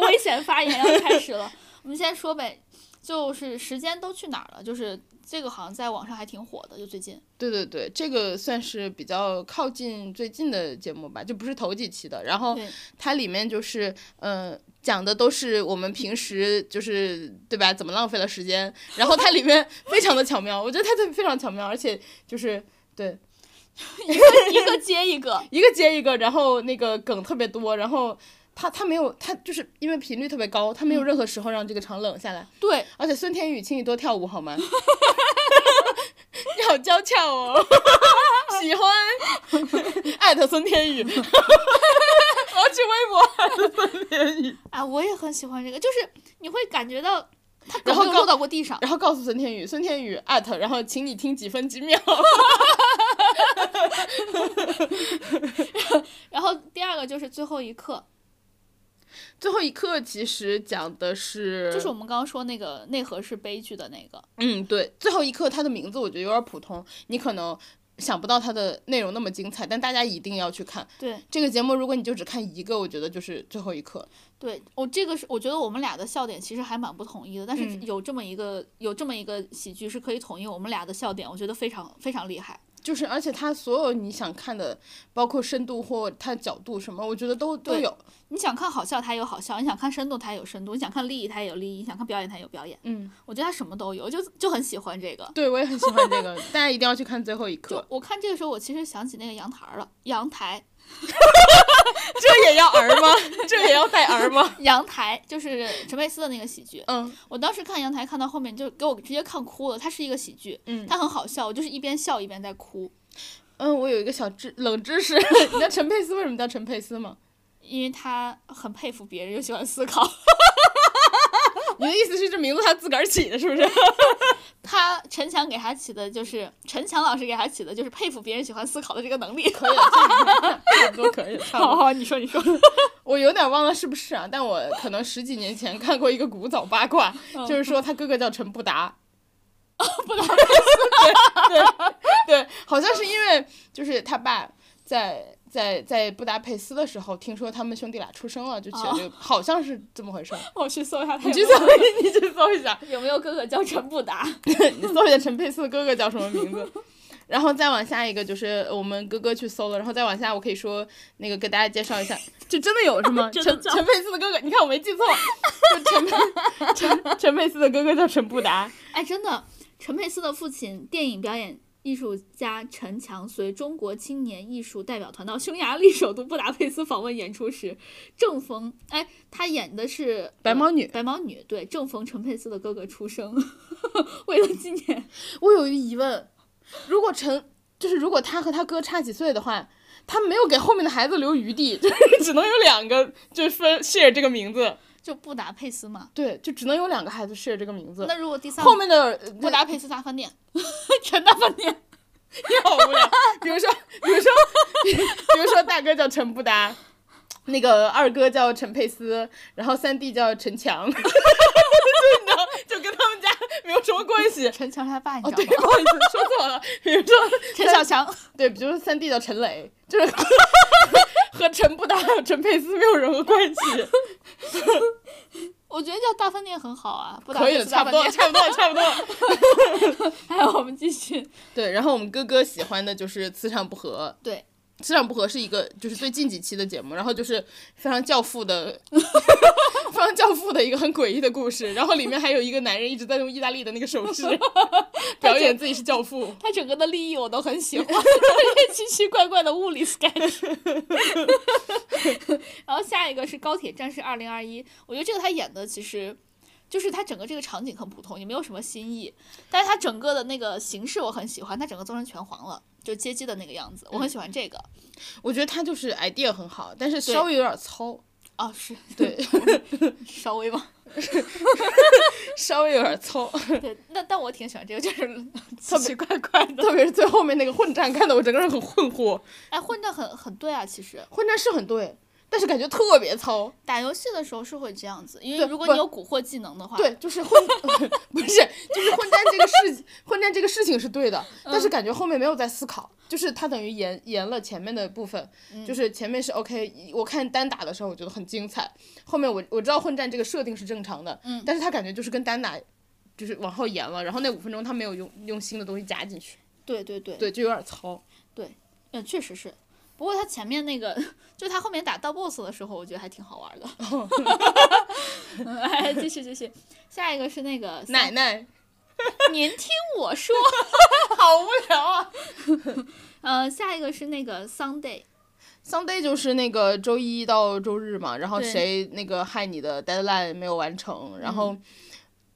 危险发言要开始了，我们先说呗，就是时间都去哪儿了？就是这个好像在网上还挺火的，就 最近。对对对，这个算是比较靠近最近的节目吧，就不是头几期的。然后对它里面就是呃讲的都是我们平时就是对吧，怎么浪费了时间。然后它里面非常的巧妙，我觉得它这非常巧妙，而且就是对一个接一个，一个接一个，然后那个梗特别多，然后。它它没有，它就是因为频率特别高，它没有任何时候让这个场冷下来。对， 而且孙天 宇，请你多跳舞好吗？你好娇俏哦，喜 喜欢，艾特孙天宇，我要去微博艾特孙天宇，啊，我也很喜欢这个，就是你会感觉到它然狗后没有告落到过地上。然后告诉孙天宇，孙天宇艾特，然后请你听几分几秒。然后第二个就是最后一刻，最后一课其实讲的是，就是我们刚刚说那个内核是悲剧的那个，嗯，对，最后一课它的名字我觉得有点普通，你可能想不到它的内容那么精彩，但大家一定要去看对这个节目。如果你就只看一个，我觉得就是最后一课。对，我这个是我觉得我们俩的笑点其实还蛮不统一的，但是有这么一个、有这么一个喜剧是可以统一我们俩的笑点，我觉得非常非常厉害。就是，而且它所有你想看的，包括深度或它角度什么，我觉得都都对有。你想看好笑，它也有好笑；你想看深度，它也有深度；你想看利益，它也有利益；你想看表演，它也有表演。嗯，我觉得它什么都有，就就很喜欢这个。对，我也很喜欢这个，大家一定要去看最后一就课。我看这个时候，我其实想起那个阳台儿了，阳台， 这也要儿吗？这也要带儿吗？阳台就是陈佩斯的那个喜剧。 嗯，我当时看阳台看到后面就给我直接看哭了，它是一个喜剧，嗯它很好笑，我就是一边笑一边在哭，嗯，我有一个小知冷知识， 你知道陈佩斯为什么叫陈佩斯吗？因为他很佩服别人，又喜欢思考。 你的意思是这名字他自个儿起的，是不是？他陈强给他起的就是陈强老师给他起的就是佩服别人喜欢思考的这个能力。 可以了，差不多可以了，差不好多。好，你说你说，我有点忘了是不是啊，但我可能十几年前看过一个古早八卦，就是说他哥哥叫陈布达。哦 布达佩斯，对对对，好像是因为就是他爸在在在布达佩斯的时候，听说他们兄弟俩出生了，就起了这个，好像是这么回事儿。我去搜一下哦 他你去有搜没有，一，你去搜一下，有没有哥哥叫陈布达？ 你搜一下陈佩斯的哥哥叫什么名字，然后再往下一个就是我们哥哥去搜了，然后再往下我可以说那个给大家介绍一下，这真的有是吗？陈真的叫陈佩斯的哥哥，你看我没记错，就陈佩陈陈佩斯的哥哥叫陈布达，哎，真的，陈佩斯的父亲电影表演艺术家陈强随中国青年艺术代表团到匈牙利首都布达佩斯访问演出时，正逢哎，他演的是白毛呃女。白毛女，对，正逢陈佩斯的哥哥出生， 为了纪念，我有一个疑问，如果陈就是如果他和他哥差几岁的话。他没有给后面的孩子留余地，就是 只能有两个，就是分 share 这个名字，就布达佩斯嘛。对，就只能有两个孩子 share 这个名字。那如果第三后面的呃布达佩斯大饭店，陈大饭店， 好无聊。比如说，比如说， 比如说，大哥叫陈布达，那个二哥叫陈佩斯，然后三弟叫陈强， 就你知道，就跟他们家没有什么关系。陈强是他爸，你哦，知道对，吗？不好意思，说错了。比如说，陈小强，对，比如说三弟叫陈磊，就是 和陈布达还有陈佩斯没有任何关系。我觉得叫大饭店很好啊，布达可以佩了，斯差大饭不多了，店。差不多了，差不多了。还 有我们继续，对，然后我们哥哥喜欢的就是磁场不合，对，磁场不合是一个就是最近几期的节目，然后就是非常教父的， 非常教父的一个很诡异的故事，然后里面还有一个男人一直在用意大利的那个手势 表演自己是教父。他整个的利益我都很喜欢， 这奇奇怪怪的物理 sketch。然后下一个是《高铁战士二零二一》，我觉得这个他演的其实。就是他整个这个场景很普通，也没有什么新意，但是他整个的那个形式我很喜欢，他整个做成拳皇了，就街机的那个样子，我很喜欢这个。我觉得他就是 idea 很好，但是稍微有点糙，哦，是对，稍 微吧，稍微有点糙，对，那但我挺喜欢这个，就是 特别怪怪的，特别是最后面那个混战，看得我整个人很困惑。 哎，混战很很对啊，其实混战是很对，但是感觉特别糙。打游戏的时候是会这样子，因为对如果不你有蛊惑技能的话，对，就是混， 不是，就是混战这个事，混战这个事情是对的，但是感觉后面没有在思考，就是他等于延延了前面的部分，就是前面是 OK，我看单打的时候我觉得很精彩，后面我我知道混战这个设定是正常的，但是他感觉就是跟单打。就是往后延了，然后那五分钟他没有用用新的东西加进去，对对对对，就有点糙。嗯，确实是。不过他前面那个， 就他后面打到 BOSS 的时候，我觉得还挺好玩的。哦 嗯哎，继续继续，下一个是那个奶，奶，您听我说， 好无聊啊。 呃，下一个是那个 Sunday， Sunday 就是那个周一到周日嘛，然后对嗯谁那个害你的 deadline 没有完成，然后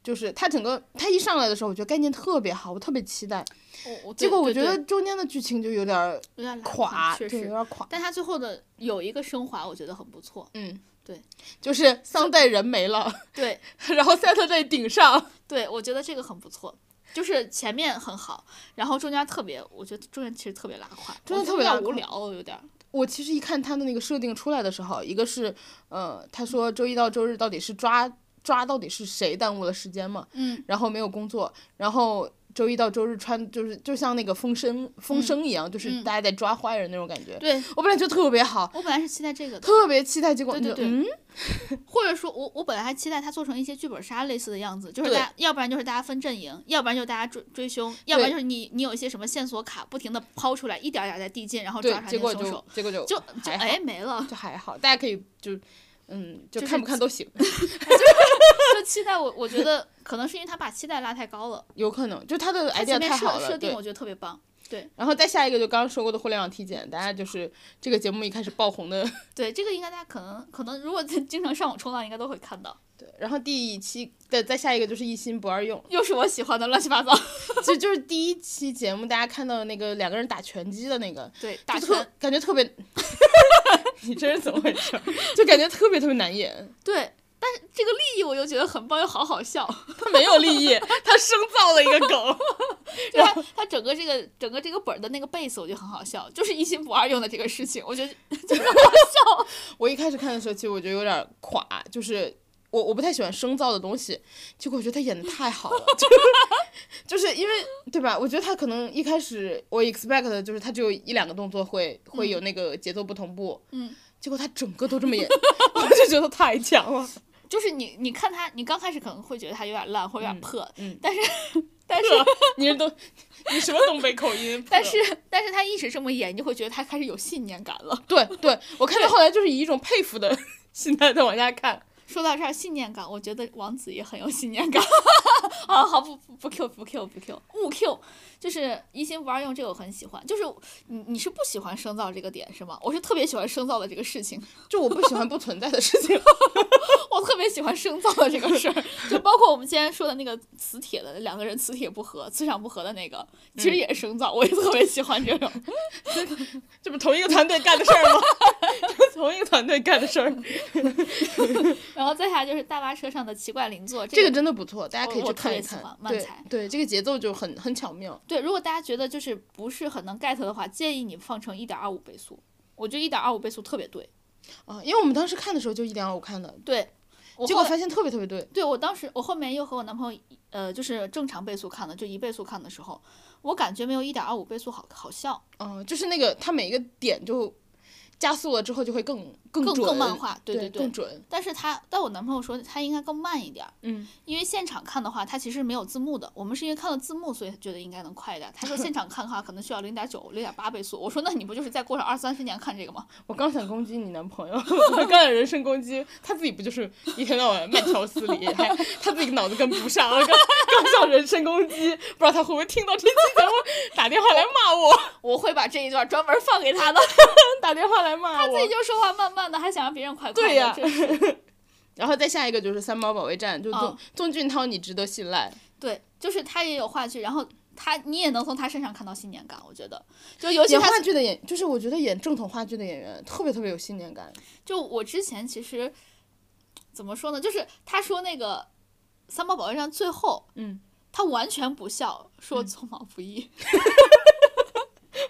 就是他整个他一上来的时候，我觉得概念特别好，我特别期待。我我对结果哦我对觉对得中间的剧情就有点 儿有点懒垮，确对，有实点。儿垮。但他最后的有一个升华，我觉得很不错。嗯，对，就是桑代人没了，对 然后赛特在顶上。对，我觉得这个很不错。就是前面很好，然后中间特别，我觉得中间其实特别拉胯，中间我特别有点拉胯无聊，我有点儿。我其实一看他的那个设定出来的时候，一个是呃，他说周一到周日到底是抓抓到底是谁耽误了时间嘛，嗯，然后没有工作，然后。周一到周日穿就是就像那个风声风声一样，就是大家在抓坏人那种感觉。嗯对我本来就特别好，我本来是期待这个的，特别期待，结果对对你就对嗯，或者说我我本来还期待他做成一些剧本杀类似的样子，就是大家要不然就是大家分阵营，要不然就是大家追追凶，要不然就是你你有一些什么线索卡不停的抛出来，一点儿点儿在递进，然后对抓，出来结那果个凶就手，结果就就就还好哎没 了，就还好，大家可以就嗯，就就是看不看都 行，就期待我我觉得可能是因为他把期待拉太高 了，有可能就他的他 idea 前面太好设了，设定对。我觉得特别棒，然后再下一个就刚刚说过的互联网体检，大家就是这个节目一开始爆红的，对这个应该大家可能可能如果 经常上网冲浪应该都会看到，对。然后第一期的再下一个就是一心不二 用，又是我喜欢的乱七八糟，这就是第一期节目大家看到的那个两个人打拳击的那个，对打就特拳，感觉特 别，你这是怎么回事 儿？就感觉特别特别难演，对，但是这个利益我又觉得很棒又好好笑。他没有立意，他生造了一个梗。就他啊他整个这个整个这个本儿的那个 base 我觉得很好笑，就是一心不二用的这个事情，我觉得就很好笑。我一开始看的时候，其实我觉得有点垮，就是我我不太喜欢生造的东西，结果我觉得他演的太好了，就是就是因为对吧？我觉得他可能一开始我 expect 的就是他只有一两个动作会会有那个节奏不同步，嗯，结果他整个都这么 演，我就觉得太强了，就是你你看他，你刚开始可能会觉得他有点烂或者有点破，嗯嗯 但是但是你是东 你什么东北口 音？但是但是他一直这么演，你就会觉得他开始有信念感了。对对，我看到后来就是以一种佩服 的心态在往下看。说到这儿，信念感，我觉得王子也很有信念感。 啊，好不不不 Q 不 Q 不 Q 勿 Q，就是一心不二用这个我很喜欢。就是你你是不喜欢生造这个点是吗？我是特别喜欢生造的这个事情。就我不喜欢不存在的事 情，我特别喜欢生造的这个事儿，就包括我们今天说的那个磁铁的两个人磁铁不合、磁场不合的那个，其实也是生造，我也特别喜欢这种。这不同一个团队干的事儿吗？ 这同一个团队干的事儿。 然后再下来就是大巴车上的奇怪邻座，这个、个真的不错，大家可以我去我特看别一喜看欢。漫对才对，这个节奏就很很巧妙。对，如果大家觉得就是不是很能 get 的话，建议你放成一点二五倍速，我觉得一点二五倍速特别对。啊，因为我们当时看的时候就一点二五看的，对，我结后果来发现特别特别对。对我当时，我后面又和我男朋友一，呃，就是正常倍速看的，就一倍速看的时候，我感觉没有一点二五倍速好好笑，嗯、就是那个它每一个点就加速了之后就会更更更准，更漫画，对对对。更准。但是他，但我男朋友说他应该更慢一点儿，嗯，因为现场看的话，他其实没有字幕的。我们是因为看了字幕，所以觉得应该能快一点儿。他说现场看的话，可能需要零点九、零点八倍速。我说那你不就是再过上二三十年看这 个吗？我刚想攻击你男朋友，我刚想人身攻击，他自己不就是一天到晚慢条斯理，还他自己脑子跟不上，刚刚想人身攻击，不知道他会不会听到这期节目，打电话来骂我，我会把这一段专门放给 他的。打电话来骂他自己啊我。就说话慢慢的，还想让别人快快的。对呀真是然后再下一个就是三毛保卫战，就哦宗宗俊涛，你值得信赖。对， 就是他也有话剧，然后他你也能从他身上看到信念感。我觉得，就尤其演他话剧的演，就是我觉得演正统话剧的演员特别特别有信念感。就我之前其实怎么说呢，就是他说那个三毛保卫战最后，嗯，他完全不笑，说匆忙不易，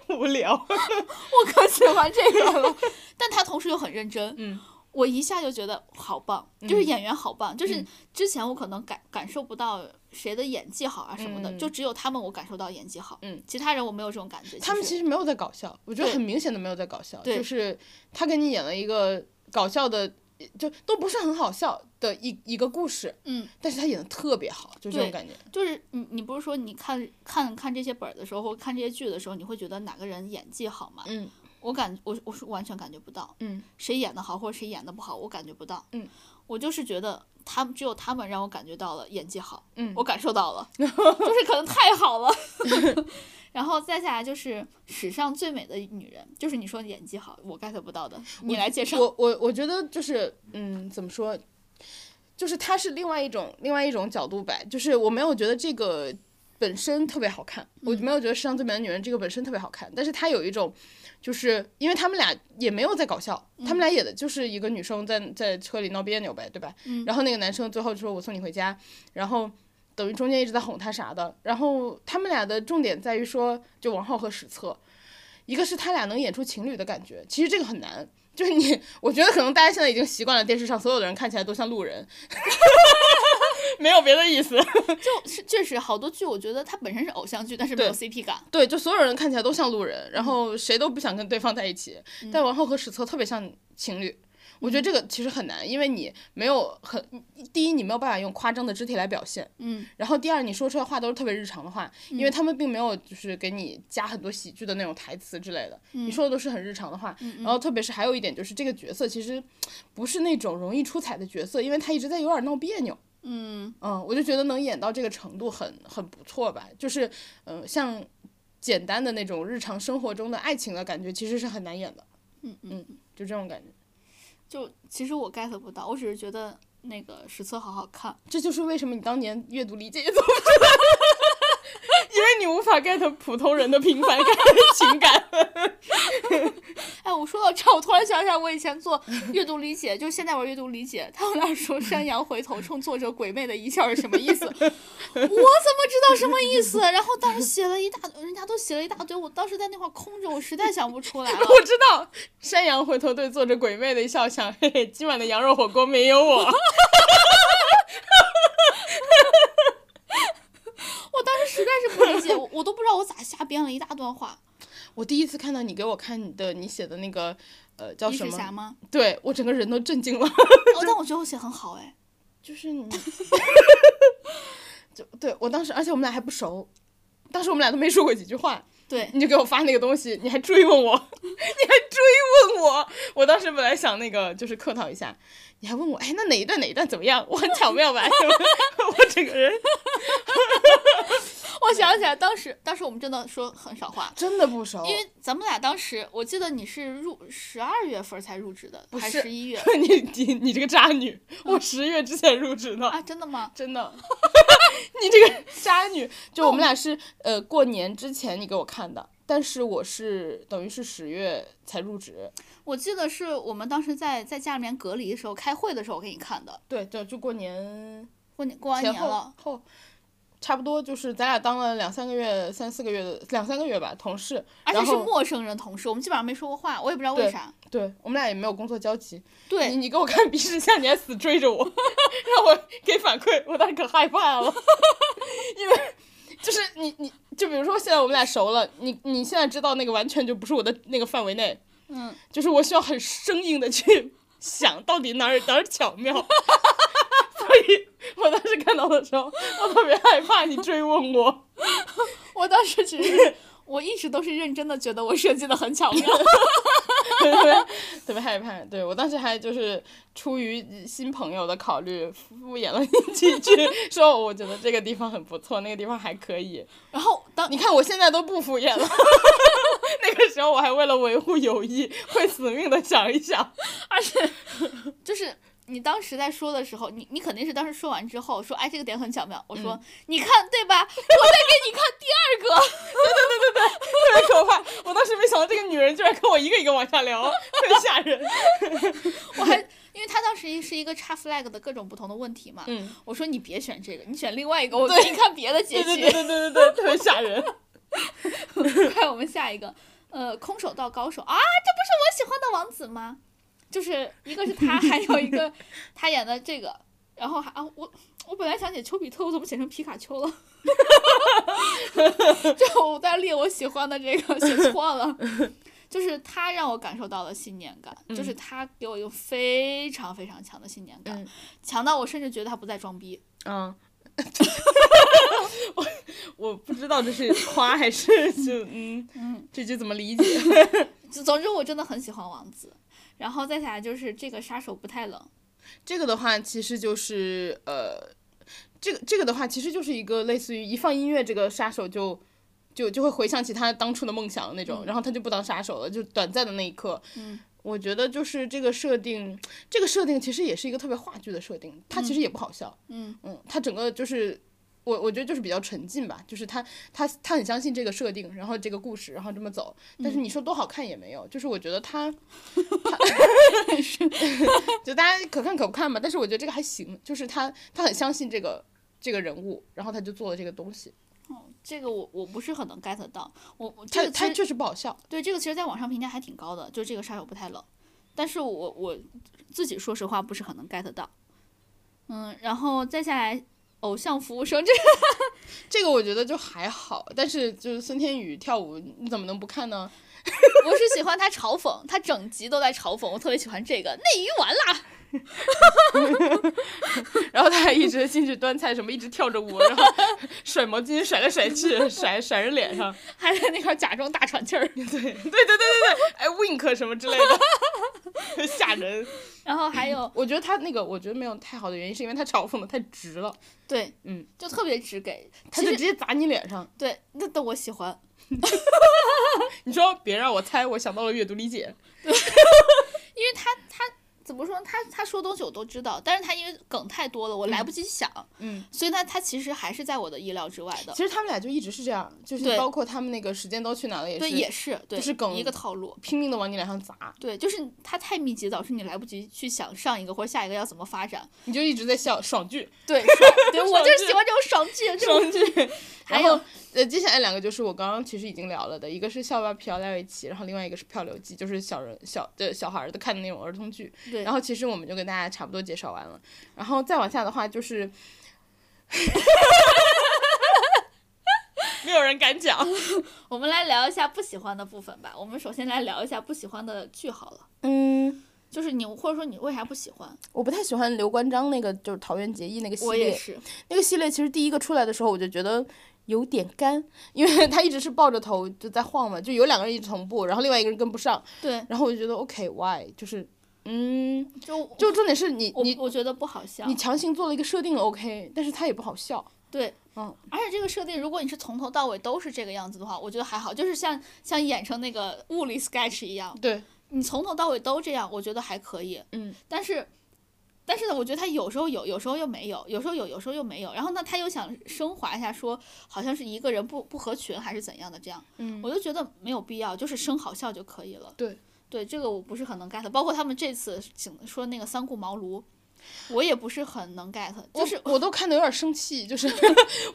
无聊， 我可喜欢这个了。 但他同时又很认真，嗯，我一下就觉得好棒，就是演员好棒，就是之前我可能感感受不到谁的演技好啊什么的，嗯就只有他们我感受到演技好，嗯，其他人我没有这种感觉。他们其其实实没有在搞 笑，我觉得对很明显的没有在搞笑，对就是他给你演了一个搞笑的，就都不是很好笑的一一个故事，嗯，但是他演的特别好，就这种对感觉。就是你你不是说你看看看这些本儿的时候，或看这些剧的时候，你会觉得哪个人演技好吗？嗯我感我我是完全感觉不到，嗯，谁演的好或者谁演的不好，我感觉不到，嗯，我就是觉得他们只有他们让我感觉到了演技好，嗯我感受到 了，就是可能太好了， 然后再下来就是史上最美的女人，就是你说演技好，我 get 不到的，你来介绍，我我我觉得就是嗯，怎么说？就是它是另外一种另外一种角度摆，就是我没有觉得这个本身特别好看，我没有觉得《世上最美的女人》这个本身特别好看，但是它有一种，就是因为他们俩也没有在搞笑，他们俩演的就是一个女生在在车里闹别扭呗，对吧？然后那个男生最后就说我送你回家，然后。等于中间一直在哄她啥的，然后他们俩的重点在于说，就王浩和史策，一个是他俩能演出情侣的感觉，其实这个很难，就是你，我觉得可能大家现在已经习惯了电视上所有的人看起来都像路 人，没有别的意思，就是确实好多剧，我觉得它本身是偶像剧，但是没有 CP 感。对，就所有人看起来都像路人，然后谁都不想跟对方在一起，但王浩和史策特别像情侣。我觉得这个其实很难，因为你没有很第一，你没有办法用夸张的肢体来表现，嗯，然后第二，你说出来话都是特别日常的话，因为他们并没有就是给你加很多喜剧的那种台词之类的，你嗯说的都是很日常的话。然后特别是还有一点就是这个角色其实不是那种容易出彩的角色，因为他一直在有点闹别扭。嗯我就觉得能演到这个程度很很不错吧，就是嗯、呃像简单的那种日常生活中的爱情的感觉，其实是很难演的。嗯嗯，就这种感觉。就其实我 get 不到，我只是觉得那个史册好好看。这就是为什么你当年阅读理解也做不出来， 因为你无法 get 普通人的平凡感情感。哎，我说到这儿，我突然想起来，我以前做阅读理解，就现在玩阅读理解，他们那说“山羊回头冲作者鬼魅的一笑”是什么意思？ 我怎么知道什么意思？然后当时写了一大，人家都写了一大堆，我当时在那块儿空着，我实在想不 出来了。我知道，山羊回头对坐着鬼魅的一笑，想：嘿嘿，今晚的羊肉火锅没有我。我当时实在是不理解，我我都不知道我咋瞎编了一大段话。我第一次看到你给我看你的你写的那个呃叫你什是侠么？ 吗？对我整个人都震惊了。哦，但我觉得我写很好哎。就是你， 就对我当时，而且我们俩还不熟，当时我们俩都没说过几句话。对，你就给我发那个东西，你还追问我，你还追问我。我当时本来想那个就是客套一下，你还问我，哎，那哪一段哪一段怎么样？ 我很巧妙吧？我整个人我想起来，当时当时我们真的说很少 话，真的不熟，因为咱们俩当时，我记得你是入十二月份才入职的，不还是十一月 你你你这个渣女，我十月之前入职的。啊？真的吗？真的， 你这个渣女！就我们俩是呃过年之前你给我看的，但是我是等于是十月才入职，我记得是我们当时在在家里面隔离的时候，开会的时候我给你看的。对，就就过年过年过完前年后了，后，差不多就是咱俩当了两三个月、三四个月的两三个月吧，同事。而且然是后陌生人同事，我们基本上没说过话，我也不知道为对啥。对我们俩也没有工作交集。你对，你给我看鼻屎下，你还死追着我， 让我给反馈，我当时可害怕了， 因为就是你你就比如说现在我们俩熟了，你你现在知道那个完全就不是我的那个范围内，嗯，就是我需要很生硬的去想到底哪儿哪儿巧妙。 所以我当时看到的时候，我特别害怕你追问我。我当时只是。我一直都是认真的，觉得我设计的很巧妙。特别 特别害怕。对我当时还就是出于新朋友的考虑，敷衍了你几句， 说我觉得这个地方很不错，那个地方还可以。 然后当你看我现在都不敷衍了。 那个时候我还为了维护友谊，会死命的想一想。 就是你当时在说的时候，你你肯定是当时说完之后说，哎，这个点很巧妙。我说，你看对吧？我 再给你看第二个。 特别可怕。我当时没想到这个女人居然跟我一个一个往下聊，特别吓人。我还因为他当时是一个插 flag 的各种不同的问题嘛，嗯，我说你别选这个，你选另外一个，我给你看别的结对局。对对对对对，特别吓人。 快，我们下一个，呃，空手道高手啊，这不是我喜欢的王子吗？就是一个是他，还有一个他演的这个，然后还啊，我我本来想写丘比特，我怎么写成皮卡丘了？ 就我在列我喜欢的这个写错了，就是他让我感受到了信念感，就是他给我一个非常非常强的信念感，嗯强到我甚至觉得他不在装逼。 嗯。 我我不知道这是夸还是就嗯嗯，这句怎么理解？就总之我真的很喜欢王子，然后再下来就是这个杀手不太冷，这个的话，其实就是呃，这个这个的话，其实就是一个类似于一放音乐，这个杀手就就就会回想起他当初的梦想那种，然后他就不当杀手了，就短暂的那一刻，嗯我觉得就是这个设定，这个设定其实也是一个特别话剧的设定，它其实也不好笑。嗯嗯，它整个就是我我觉得就是比较沉浸吧，就是他他他很相信这个设定，然后这个故事，然后这么走。但是嗯你说多好看也没有，就是我觉得他，他就大家可看可不看吧。但是我觉得这个还行，就是他他很相信这个这个人物，然后他就做了这个东西。这个我我不是很能 get 到，我我这他个他其实确实不好笑，对这个其实在网上评价还挺高的，就这个杀手不太冷，但是我我自己说实话不是很能 get 到，嗯，然后再下来偶像服务生这个这个我觉得就还好。但是就是孙天宇跳舞，你怎么能不看呢？ 我是喜欢他嘲讽，他整集都在嘲讽，我特别喜欢这个内娱完了，然后他还一直进去端菜什么，一直跳着舞，然后甩毛巾甩来甩去，甩甩人脸 上，还在那块儿假装大喘气儿， 哎，wink 什么之类的， 吓人。然后还有我觉得他那个，我觉得没有太好的原因，是因为他嘲讽的太直了，对，嗯，就特别直给，他其就实直接砸你脸上。对，那那我喜欢，你说别让我猜，我想到了阅读理解。因为他他怎么说呢？他他说东西我都知道，但是他因为梗太多了，我来不及想，嗯，所以他他其实还是在我的意料之外的。其实他们俩就一直是这样，就是对包括他们那个《时间都去哪儿了》也是，对，也是，对，就是梗一个套路。拼命的往你脸上砸，对，就是它太密集，导致你来不及去想上一个或者下一个要怎么发展。你就一直在笑爽剧， 对，爽对我就是剧喜欢这种爽 剧，这 种爽剧。还然有后，呃，接下来两个就是我刚刚其实已经聊了的，一个是《校巴飘在一起》，然后另外一个是《漂流记》，就是小人小的小孩儿的看的那种儿童剧。对然后其实我们就跟大家差不多介绍完了，然后再往下的话 就是，没有人敢讲。我们来聊一下不喜欢的部分吧。我们首先来聊一下不喜欢的剧好了， 嗯，就是你或者说你为啥不喜欢？我不太喜欢刘关张那个，就是桃园结义那个系我也列。是，那个系列其实第一个出来的时候，我就觉得。有点干，因为 他一直是抱着头就在晃嘛，就有两个人一直同步，然后另外一个人跟不上，对，然后我就觉得 OK why 就是，嗯，就就重点是你我你我觉得不好笑你。强行做了一个设定 OK，但是它也不好笑。对，嗯，而且这个设定，如果你是从头到尾都是这个样子的话，我觉得还好，就是像像演成那个物理 sketch 一样，对，你从头到尾都这样，我觉得还可以。嗯，但是。但是呢，我觉得他有时候有，有时候又没有，有时候有，有时候又没有。然后呢，他又想升华一下说，好像是一个人不不合群还是怎样的这样，嗯，我就觉得没有必要，就是生好笑就可以了。对，对，这个我不是很能 get。包括他们这次请说那个三顾茅庐，我也不是很能 get。就就是是我都看的有点生气， 就是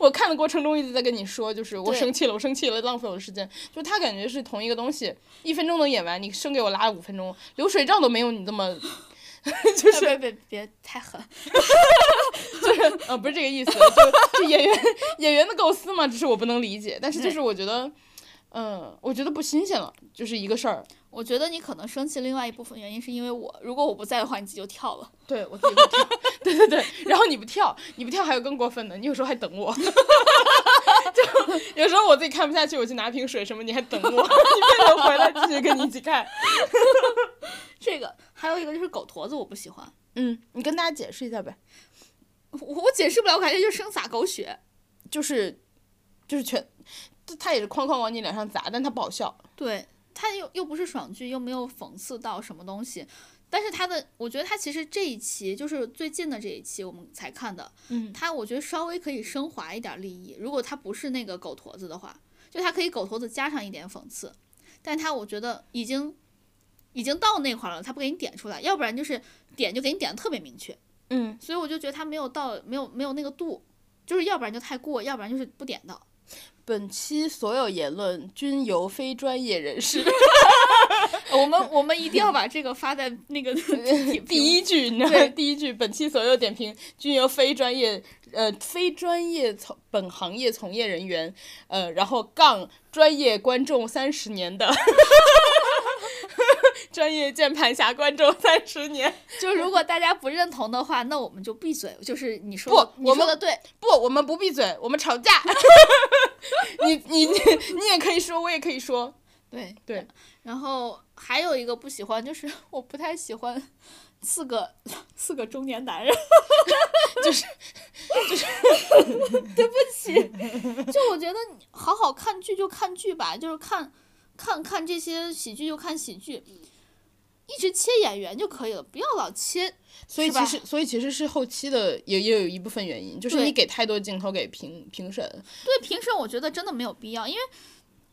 我看的过程中一直在跟你说，就是我对生气了，我生气了，浪费我的时间。就他感觉是同一个东西，一分钟能演完，你生给我拉了五分钟，流水账都没有你这么，就哎是别别别太狠， 呃，不是这个意思，就就演员演员的构思嘛，只是我不能理解。但是就是我觉得，嗯、我觉得不新鲜了，就是一个事儿。我觉得你可能生气，另外一部分原因是因为我，如果我不在的话，你自己就跳了。对我自己会跳， 对对对，然后你不跳，你不跳还有更过分的，你有时候还等我， 就有时候我自己看不下去，我去拿瓶水什么，你还等我， 你不能回来继续跟你一起看。这个还有一个就是狗驼子，我不喜欢， 嗯，你跟大家解释一下呗，我我解释不了，我感觉就是生撒狗血。就是就是全，他也是哐哐往你脸上砸，但他不好笑。对，它又又不是爽剧，又没有讽刺到什么东西，但是它的，我觉得它其实这一期就是最近的这一期我们才看的，嗯，它我觉得稍微可以升华一点立意，如果它不是那个狗驼子的话，就它可以狗驼子加上一点讽刺，但它我觉得已经已经到那块儿了，它不给你点出来，要不然就是点就给你点的特别明确。嗯，所以我就觉得他没有到，没有没有那个度，就是要不然就太过，要不然就是不点到。本期所有言论均由非专业人士我们我们一定要把这个发在那 个 第第一，一句，你知道吗？第一句，本期所有点评均由非专业呃非专业从本行业从业人员呃，然后杠专业观众三十年 的，专业键盘侠观众三十年。 就如果大家不认同的话，那我们就闭嘴。就是你说的不你我说们的对，不，我们不闭嘴，我们吵 架。你你你你也可以说，我也可以说。对对。然后还有一个不喜欢， 就是我不太喜欢四个四个中 年男人，就是就是，对不起，就我觉得你好好看剧就看剧吧，就是看看看这些喜剧就看喜剧。一直切演员就可以了，不要老切。所以是吧其实，所以其实是后期的也也有一部分原因，就是对你给太多镜头给评评审，对评审，我觉得真的没有必要，因为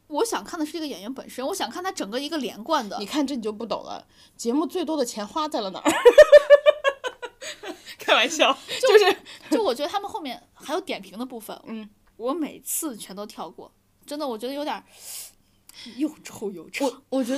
我想看的是这个演员本身，我想看他整个一个连贯的你。看这你就不懂了。节目最多的钱花在了哪儿？开玩笑，就是就我觉得他们后面还有点评的部分，嗯，我每次全都跳过，真的，我觉得有点儿又臭又臭。 我我觉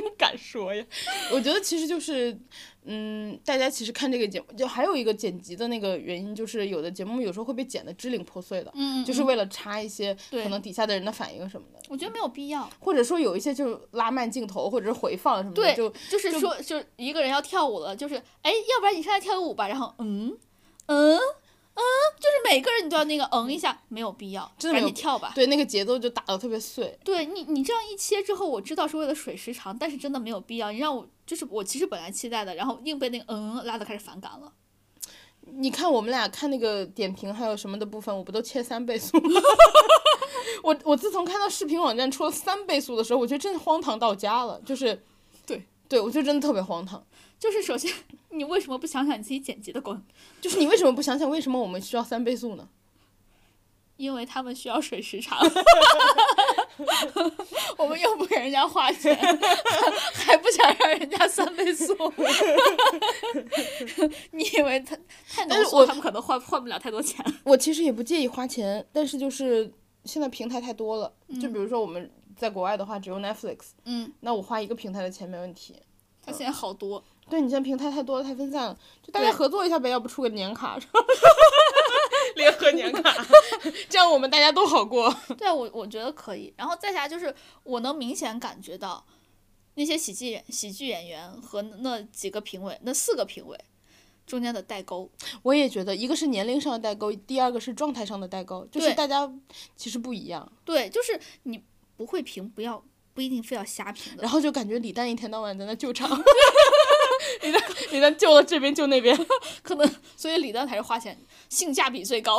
得敢说呀？我觉得其实就是，嗯，大家其实看这个节目，就还有一个剪辑的那个原因，就是有的节目有时候会被剪得支离破碎的，嗯，嗯就是嗯为了插一些对可能底下的人的反应什么的，我觉得没有必要。或者说有一些就拉慢镜头或者是回放什么对的，就就是说，就是一个人要跳舞了，就是哎，要不然你上来跳个舞吧，然后嗯嗯嗯，就是每个人你都要那个嗯一下，没有必要，真的没赶有紧跳吧。对那个节奏就打得特别碎。对你，你这样一切之后，我知道是为了水时长，但是真的没有必要。你让我就是我其实本来期待的，然后硬被那个嗯拉的开始反感了。你看我们俩看那个点评还有什么的部分，我不都切三倍速吗？ 我我自从看到视频网站出了三倍速的时候，我觉得真是荒唐到家了，就是对对，我觉得真的特别荒唐。就是首先， 你为什么不想想你自己剪辑的功能？就是你为什么不想想为什么我们需要三倍速呢？因为他们需要水时长， 我们又不给人家花钱， 还不想让人家三倍速。 你以为他太但浓是缩，我他们可能换换不了太多钱。我其实也不介意花钱，但是就是现在平台太多了，就比如说我们在国外的话只有 Netflix，嗯，那我花一个平台的钱没问题。他现在好多，对你现在平台太多了，太分散了，就大家对合作一下呗，要不出个年卡， 联合年卡，这样我们大家都好过。对啊我我觉得可以。然后再下就是，我能明显感觉到那些喜剧演喜剧演员和那几个评委，那四个评委中间的代沟。我也觉得，一个是年龄上的代沟，第二个是状态上的代沟，就是对大家其实不一样。对，就是你不会评，不要不一定非要瞎评的然。后就感觉李诞一天到晚在那救 场，李诞李诞救了这边救那边，可能所以李诞才是花钱性价比最高。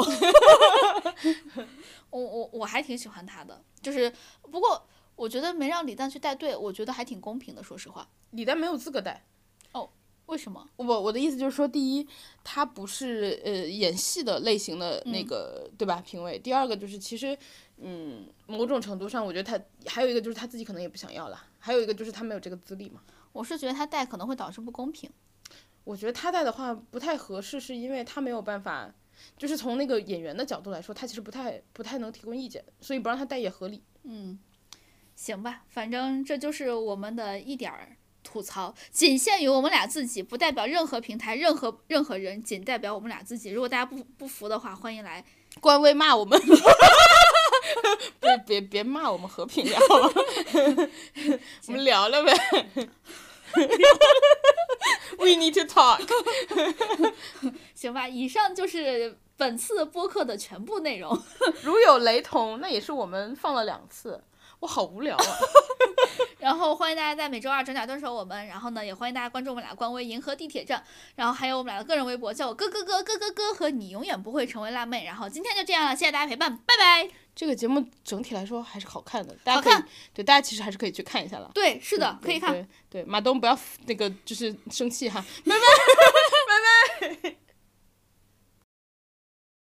我我我还挺喜欢他的，就是不过我觉得没让李诞去带队，我觉得还挺公平的。说实话，李诞没有资格带。为什么？我我的意思就是说，第一，他不是呃演戏的类型的那个、对吧评委；第二个就是其实，嗯，某种程度上，我觉得他还有一个就是他自己可能也不想要啦，还有一个就是他没有这个资历嘛。我是觉得他带可能会导致不公平。我觉得他带的话不太合适，是因为他没有办法，就是从那个演员的角度来说，他其实不太不太能提供意见，所以不让他带也合理。嗯，行吧，反正这就是我们的一点儿吐槽，仅限于我们俩自己，不代表任何平台、任何任何人，仅代表我们俩自己。如果大家不不服的话，欢迎来官微骂我们， 别别别骂我们和平聊， 我们聊聊呗。We need to talk。行吧。以上就是本次播客的全部内容。 如有雷同，那也是我们放了两次。我好无聊啊！然后欢迎大家在每周二准点蹲守我们，然后呢，也欢迎大家关注我们俩官微“银河地铁站”，然后还有我们俩的个人微博，叫我哥哥哥哥哥哥和你永远不会成为辣妹。然后今天就这样了，谢谢大家陪伴，拜拜。 这个节目整体来说还是好看的，大家好可以看对大家其实还是可以去看一下啦。对，是的，可以看。对对，马东不要那个就是生气哈。